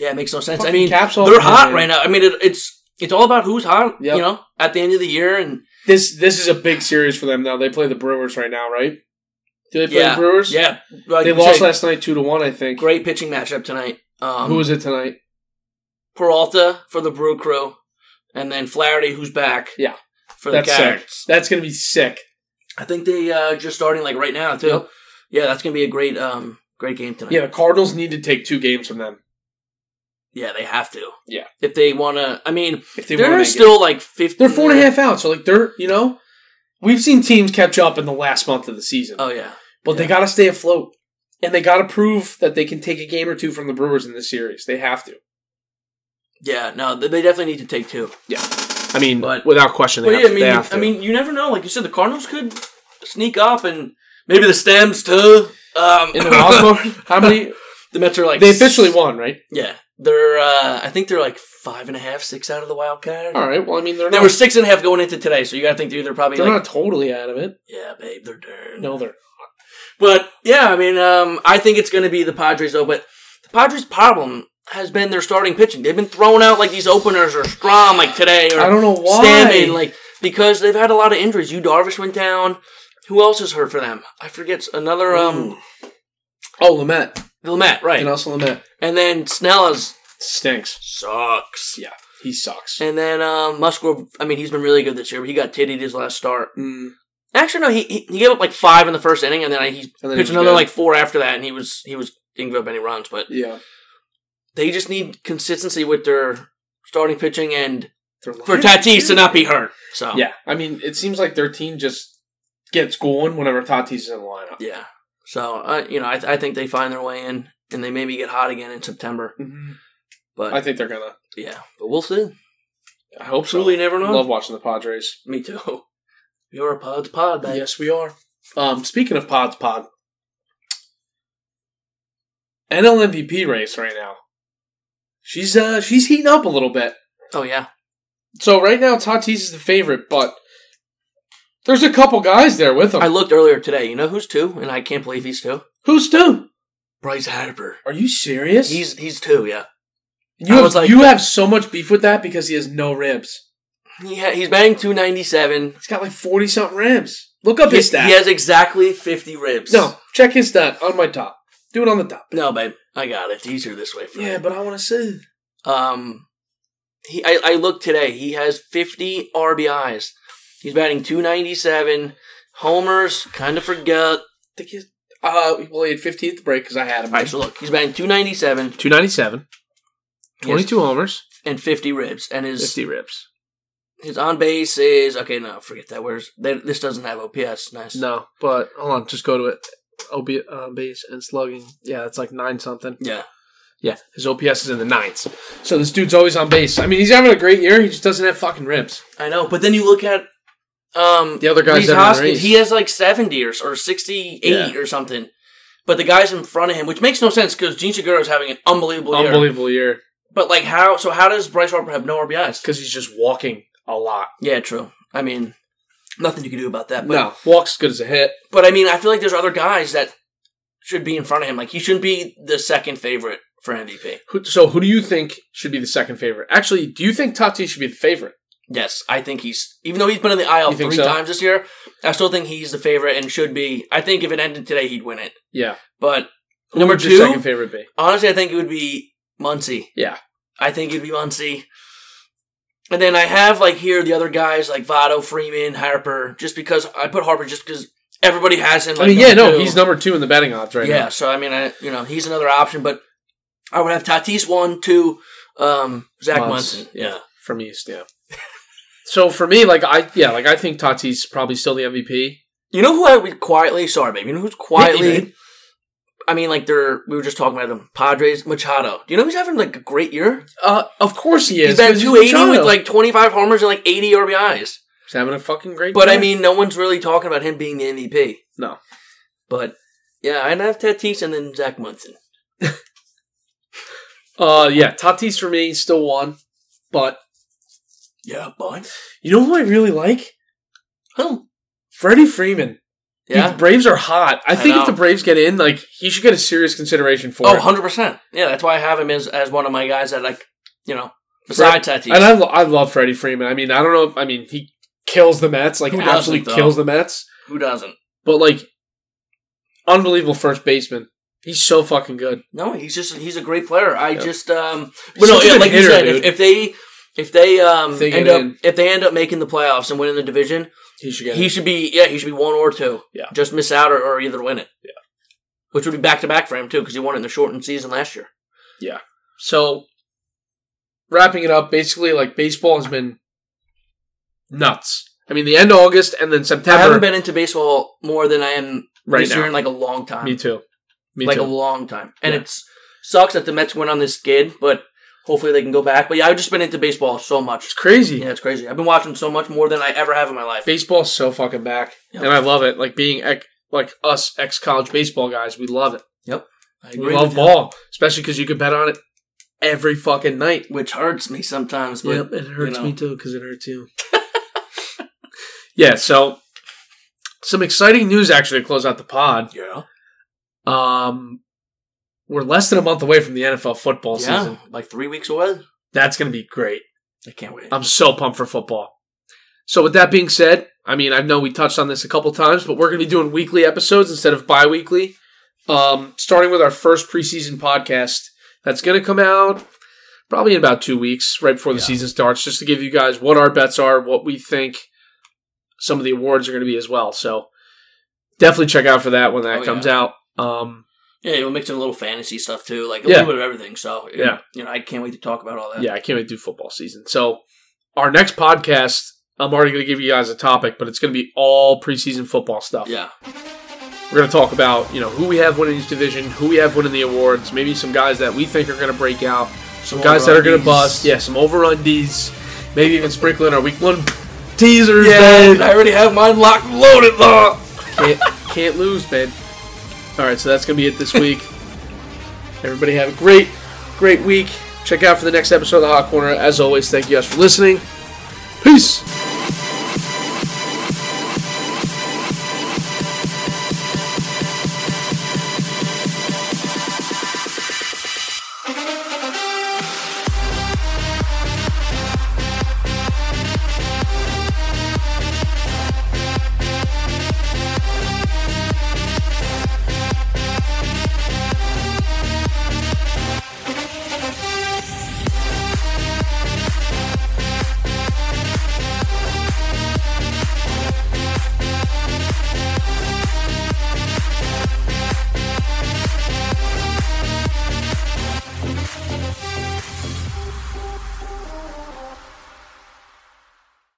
[SPEAKER 3] Yeah, it makes no sense. I
[SPEAKER 1] Fucking
[SPEAKER 3] mean,
[SPEAKER 1] caps off
[SPEAKER 3] they're
[SPEAKER 1] to him,
[SPEAKER 3] hot
[SPEAKER 1] man.
[SPEAKER 3] right now. I mean, it, it's it's all about who's hot.
[SPEAKER 1] Yep.
[SPEAKER 3] You know, at the end of the year, and
[SPEAKER 1] This this is a big series for them now. They play the Brewers right now, right? Do they play
[SPEAKER 3] yeah,
[SPEAKER 1] the Brewers?
[SPEAKER 3] yeah, like
[SPEAKER 1] they
[SPEAKER 3] you
[SPEAKER 1] lost
[SPEAKER 3] said,
[SPEAKER 1] last night two to one. I think.
[SPEAKER 3] Great pitching matchup tonight. Um,
[SPEAKER 1] Who was it tonight?
[SPEAKER 3] Peralta for the Brew Crew, and then Flaherty, who's back.
[SPEAKER 1] Yeah.
[SPEAKER 3] for the
[SPEAKER 1] That's sick.
[SPEAKER 3] Carrots.
[SPEAKER 1] That's gonna be sick.
[SPEAKER 3] I think they uh just starting like right now too.
[SPEAKER 1] Yep.
[SPEAKER 3] Yeah, that's gonna be a great um great game tonight.
[SPEAKER 1] Yeah, the Cardinals need to take two games from them
[SPEAKER 3] yeah, they have to.
[SPEAKER 1] Yeah.
[SPEAKER 3] if they want to. I mean,
[SPEAKER 1] if they
[SPEAKER 3] they
[SPEAKER 1] want to
[SPEAKER 3] are
[SPEAKER 1] make it.
[SPEAKER 3] still like fifty.
[SPEAKER 1] They're four and a half out, so like they're you know, we've seen teams catch up in the last month of the season.
[SPEAKER 3] Oh yeah,
[SPEAKER 1] But they
[SPEAKER 3] Yeah.
[SPEAKER 1] got to stay afloat. And they got to prove that they can take a game or two from the Brewers in this series. They have to.
[SPEAKER 3] yeah. No, they they definitely need to take two.
[SPEAKER 1] I mean,
[SPEAKER 3] But-
[SPEAKER 1] without question, they,
[SPEAKER 3] Well,
[SPEAKER 1] have,
[SPEAKER 3] yeah, I
[SPEAKER 1] to-
[SPEAKER 3] mean,
[SPEAKER 1] they have to.
[SPEAKER 3] I mean, you never know. Like you said, the Cardinals could sneak up, and maybe the Stems too. Um,
[SPEAKER 1] in the wild card, how many?
[SPEAKER 3] the Mets are like
[SPEAKER 1] They officially won, right?
[SPEAKER 3] Yeah, they're. Uh, I think they're like five and a half, six out of the wild card.
[SPEAKER 1] All right. Well, I mean, they're
[SPEAKER 3] They
[SPEAKER 1] not.
[SPEAKER 3] were six and a half going into today, so you got to think they're either probably
[SPEAKER 1] they're
[SPEAKER 3] like,
[SPEAKER 1] not totally out of it.
[SPEAKER 3] yeah, babe, they're dirty.
[SPEAKER 1] No, they're.
[SPEAKER 3] But yeah, I mean, um, I think it's going to be the Padres though. But the Padres' problem has been their starting pitching. They've been throwing out like these openers or Strom like today or
[SPEAKER 1] I don't know why.
[SPEAKER 3] Stammen, like because they've had a lot of injuries. You Darvish went down. Who else is hurt for them? I forget another um
[SPEAKER 1] Oh, Lamette.
[SPEAKER 3] Lamette, right.
[SPEAKER 1] And also Lamette.
[SPEAKER 3] And then Snell is
[SPEAKER 1] Stinks.
[SPEAKER 3] sucks.
[SPEAKER 1] Yeah, he sucks.
[SPEAKER 3] And then um, Musgrove, I mean, he's been really good this year, but he got titted his last start.
[SPEAKER 1] Mm,
[SPEAKER 3] Actually, no, he he, he gave up like five in the first inning, and then he
[SPEAKER 1] And then
[SPEAKER 3] pitched
[SPEAKER 1] he's
[SPEAKER 3] another
[SPEAKER 1] good.
[SPEAKER 3] like four after that, and he was he was didn't give up any runs. But
[SPEAKER 1] yeah.
[SPEAKER 3] they just need consistency with their starting pitching, and
[SPEAKER 1] They're
[SPEAKER 3] for
[SPEAKER 1] lying.
[SPEAKER 3] Tatis to not be hurt. So
[SPEAKER 1] Yeah, I mean, it seems like their team just gets going whenever Tatis is in the lineup.
[SPEAKER 3] yeah. So uh, you know, I, I think they find their way in, and they maybe get hot again in September. But
[SPEAKER 1] I think they're gonna.
[SPEAKER 3] yeah, but we'll see.
[SPEAKER 1] I hope so.
[SPEAKER 3] Absolutely, never know.
[SPEAKER 1] Love watching the Padres.
[SPEAKER 3] Me too. You're a pod's pod, baby.
[SPEAKER 1] Yes, we are. Um, speaking of pods, pod. NL MVP race right now. She's uh she's heating up a little bit.
[SPEAKER 3] Oh yeah,
[SPEAKER 1] So right now Tatis is the favorite, but there's a couple guys there with him.
[SPEAKER 3] I looked earlier today. You know who's two, and I can't believe he's two.
[SPEAKER 1] Who's two?
[SPEAKER 3] Bryce Harper.
[SPEAKER 1] Are you serious?
[SPEAKER 3] He's he's two. Yeah.
[SPEAKER 1] you
[SPEAKER 3] I
[SPEAKER 1] have,
[SPEAKER 3] was like-
[SPEAKER 1] you have so much beef with that because he has no ribs.
[SPEAKER 3] He ha- he's batting 297.
[SPEAKER 1] He's got like forty something ribs. Look up
[SPEAKER 3] He,
[SPEAKER 1] his stat.
[SPEAKER 3] he has exactly 50 ribs.
[SPEAKER 1] No, check his stat on my top. Do it on the top.
[SPEAKER 3] No, babe. I got it. It's easier this way for
[SPEAKER 1] Yeah,
[SPEAKER 3] me.
[SPEAKER 1] but I want to see.
[SPEAKER 3] Um, he, I, I looked today. He has 50 RBIs. He's batting 297. Homers, kind of forgot.
[SPEAKER 1] I think he's, uh, well, he had 15 at the break because I had him.
[SPEAKER 3] All right, so look, he's batting 297
[SPEAKER 1] 297, 22 homers,
[SPEAKER 3] and 50 ribs. And his
[SPEAKER 1] 50 rips.
[SPEAKER 3] his on base is, okay, no, forget that. Where's that, This doesn't have OPS. Nice.
[SPEAKER 1] No, but hold on, just go to it. OB, uh, base and slugging. Yeah, it's like nine something.
[SPEAKER 3] Yeah.
[SPEAKER 1] Yeah, his OPS is in the nines. So this dude's always on base. I mean, he's having a great year. He just doesn't have fucking ribs.
[SPEAKER 3] I know, but then you look at um
[SPEAKER 1] The other guys
[SPEAKER 3] Reese
[SPEAKER 1] that are in the
[SPEAKER 3] Hoskins,
[SPEAKER 1] race.
[SPEAKER 3] he has like seventy or or sixty eight
[SPEAKER 1] Yeah.
[SPEAKER 3] or something. But the guys in front of him, which makes no sense because Gene Segura's having an unbelievable year.
[SPEAKER 1] Unbelievable year
[SPEAKER 3] But like, how? So how does Bryce Harper have no RBIs?
[SPEAKER 1] because he's just walking a lot.
[SPEAKER 3] Yeah, true. I mean, nothing you can do about that. But,
[SPEAKER 1] No, walks as good as a hit.
[SPEAKER 3] but I mean, I feel like there's other guys that should be in front of him. Like he shouldn't be the second favorite for MVP.
[SPEAKER 1] Who, so who do you think should be the second favorite? Actually, do you think Tatis should be the favorite?
[SPEAKER 3] Yes, I think he's even though he's been in the IL
[SPEAKER 1] You think
[SPEAKER 3] three
[SPEAKER 1] so?
[SPEAKER 3] times this year, I still think he's the favorite and should be. I think if it ended today, he'd win it.
[SPEAKER 1] Yeah.
[SPEAKER 3] But
[SPEAKER 1] Who
[SPEAKER 3] number
[SPEAKER 1] would your second
[SPEAKER 3] two,
[SPEAKER 1] favorite be?
[SPEAKER 3] honestly, I think it would be Muncie.
[SPEAKER 1] Yeah.
[SPEAKER 3] I think it'd be Muncie. And then I have like here the other guys like Votto, Freeman, Harper, just because I put Harper just because everybody has him. Like,
[SPEAKER 1] I mean, yeah,
[SPEAKER 3] number
[SPEAKER 1] no,
[SPEAKER 3] two.
[SPEAKER 1] he's number two in the batting odds right
[SPEAKER 3] yeah,
[SPEAKER 1] now.
[SPEAKER 3] so I mean, I you know he's another option, but I would have Tatis one, two, um, Zach
[SPEAKER 1] Muncy.
[SPEAKER 3] Munson. Yeah,
[SPEAKER 1] From East, yeah. so for me, like I, yeah, like I think Tatis is probably still the MVP.
[SPEAKER 3] you know who I would quietly sorry, baby. You know who's
[SPEAKER 1] babe.
[SPEAKER 3] quietly. I mean, like they're we were just talking about them. Padres, Machado. Do you know he's having like a great year?
[SPEAKER 1] Uh, of course he
[SPEAKER 3] He's
[SPEAKER 1] is.
[SPEAKER 3] batting
[SPEAKER 1] because
[SPEAKER 3] 280 with
[SPEAKER 1] Machado.
[SPEAKER 3] like 25 homers and like 80 RBIs.
[SPEAKER 1] he's having a fucking great.
[SPEAKER 3] But I
[SPEAKER 1] year.
[SPEAKER 3] mean, no one's really talking about him being the MVP.
[SPEAKER 1] no,
[SPEAKER 3] But yeah, I'd have Tatis and then Zach Munson.
[SPEAKER 1] uh, yeah, Tatis for me still one, but
[SPEAKER 3] Yeah, but
[SPEAKER 1] you know who I really like?
[SPEAKER 3] who?
[SPEAKER 1] Freddie Freeman. Dude,
[SPEAKER 3] Yeah.
[SPEAKER 1] the Braves are hot. I think if
[SPEAKER 3] know.
[SPEAKER 1] the Braves get in, like he should get a serious consideration for
[SPEAKER 3] Oh,
[SPEAKER 1] it.
[SPEAKER 3] 100 percent. Yeah, that's why I have him as as one of my guys that like you know besides Tatis.
[SPEAKER 1] And I, lo- I love Freddie Freeman. I mean, I don't know. If, I mean, he kills the Mets. Like,
[SPEAKER 3] Who doesn't,
[SPEAKER 1] absolutely
[SPEAKER 3] though?
[SPEAKER 1] kills the Mets.
[SPEAKER 3] Who doesn't?
[SPEAKER 1] But like, unbelievable first baseman. He's so fucking good.
[SPEAKER 3] No, he's just he's a great player. I just um,
[SPEAKER 1] He's
[SPEAKER 3] but no,
[SPEAKER 1] such a
[SPEAKER 3] yeah,
[SPEAKER 1] good
[SPEAKER 3] like you
[SPEAKER 1] hitter,
[SPEAKER 3] said,
[SPEAKER 1] dude.
[SPEAKER 3] if, if they if they um
[SPEAKER 1] If they get
[SPEAKER 3] end up
[SPEAKER 1] in.
[SPEAKER 3] if they end up making the playoffs and winning the division,
[SPEAKER 1] He should get.
[SPEAKER 3] he
[SPEAKER 1] He
[SPEAKER 3] should be yeah he should be one or two.
[SPEAKER 1] Yeah.
[SPEAKER 3] just miss out or, or either win it.
[SPEAKER 1] Yeah.
[SPEAKER 3] which would be back to back for him too because he won it in the shortened season last year.
[SPEAKER 1] so, wrapping it up, basically, like baseball has been nuts. I mean, the end of August and then
[SPEAKER 3] I
[SPEAKER 1] September.
[SPEAKER 3] haven't been into baseball more than I am
[SPEAKER 1] right
[SPEAKER 3] this year
[SPEAKER 1] now.
[SPEAKER 3] in like a long time.
[SPEAKER 1] Me too. Me
[SPEAKER 3] like
[SPEAKER 1] too.
[SPEAKER 3] a long time. And
[SPEAKER 1] Yeah.
[SPEAKER 3] it's sucks that the Mets went on this skid, but hopefully they can go back. But yeah, I've just been into baseball so much.
[SPEAKER 1] it's crazy.
[SPEAKER 3] Yeah, it's crazy. I've been watching so much more than I ever have in my life.
[SPEAKER 1] Baseball's so fucking back,
[SPEAKER 3] Yep.
[SPEAKER 1] and I love it. Like being ex- like us ex college baseball guys, we love it.
[SPEAKER 3] I
[SPEAKER 1] We
[SPEAKER 3] with
[SPEAKER 1] love
[SPEAKER 3] you.
[SPEAKER 1] ball, especially because you can bet on it every fucking night.
[SPEAKER 3] which hurts me sometimes. But
[SPEAKER 1] Yep, it hurts
[SPEAKER 3] you know.
[SPEAKER 1] me too because it hurts you. yeah, so some exciting news actually to close out the pod.
[SPEAKER 3] yeah,
[SPEAKER 1] Um, we're less than a month away from the NFL football
[SPEAKER 3] yeah,
[SPEAKER 1] season.
[SPEAKER 3] like three weeks away.
[SPEAKER 1] That's going to be great.
[SPEAKER 3] I can't wait.
[SPEAKER 1] I'm so pumped for football. So, with that being said, I mean, I know we touched on this a couple times, but we're going to be doing weekly episodes instead of bi weekly. um, starting with our first preseason podcast that's going to come out probably in about two weeks, right before the
[SPEAKER 4] Yeah.
[SPEAKER 1] season starts, just to give you guys what our bets are, what we think some of the awards are going to be as well. So definitely check out for that when that
[SPEAKER 3] Oh,
[SPEAKER 1] comes out. Um,
[SPEAKER 3] Yeah, we'll mix in a little fantasy stuff too, like a
[SPEAKER 1] Yeah.
[SPEAKER 3] little bit of everything. So
[SPEAKER 1] Yeah.
[SPEAKER 3] you know, I can't wait to talk about all that.
[SPEAKER 1] yeah, I can't wait to do football season. So our next podcast, I'm already going to give you guys a topic, but it's going to be all preseason football stuff.
[SPEAKER 3] yeah,
[SPEAKER 1] We're going to talk about, you know, who we have winning each division, who we have winning the awards, maybe some guys that we think are going to break out, some guys that are going to
[SPEAKER 3] over-unders.
[SPEAKER 1] bust, yeah, some overundies, maybe even sprinkling our week one teasers,
[SPEAKER 3] Yeah,
[SPEAKER 1] man.
[SPEAKER 3] I already have mine locked and loaded though.
[SPEAKER 1] Can't, can't lose, man. All right, so that's going to be it this week. Everybody have a great, great week. Check out for the next episode of the Hot Corner. As always, thank you guys for listening. Peace.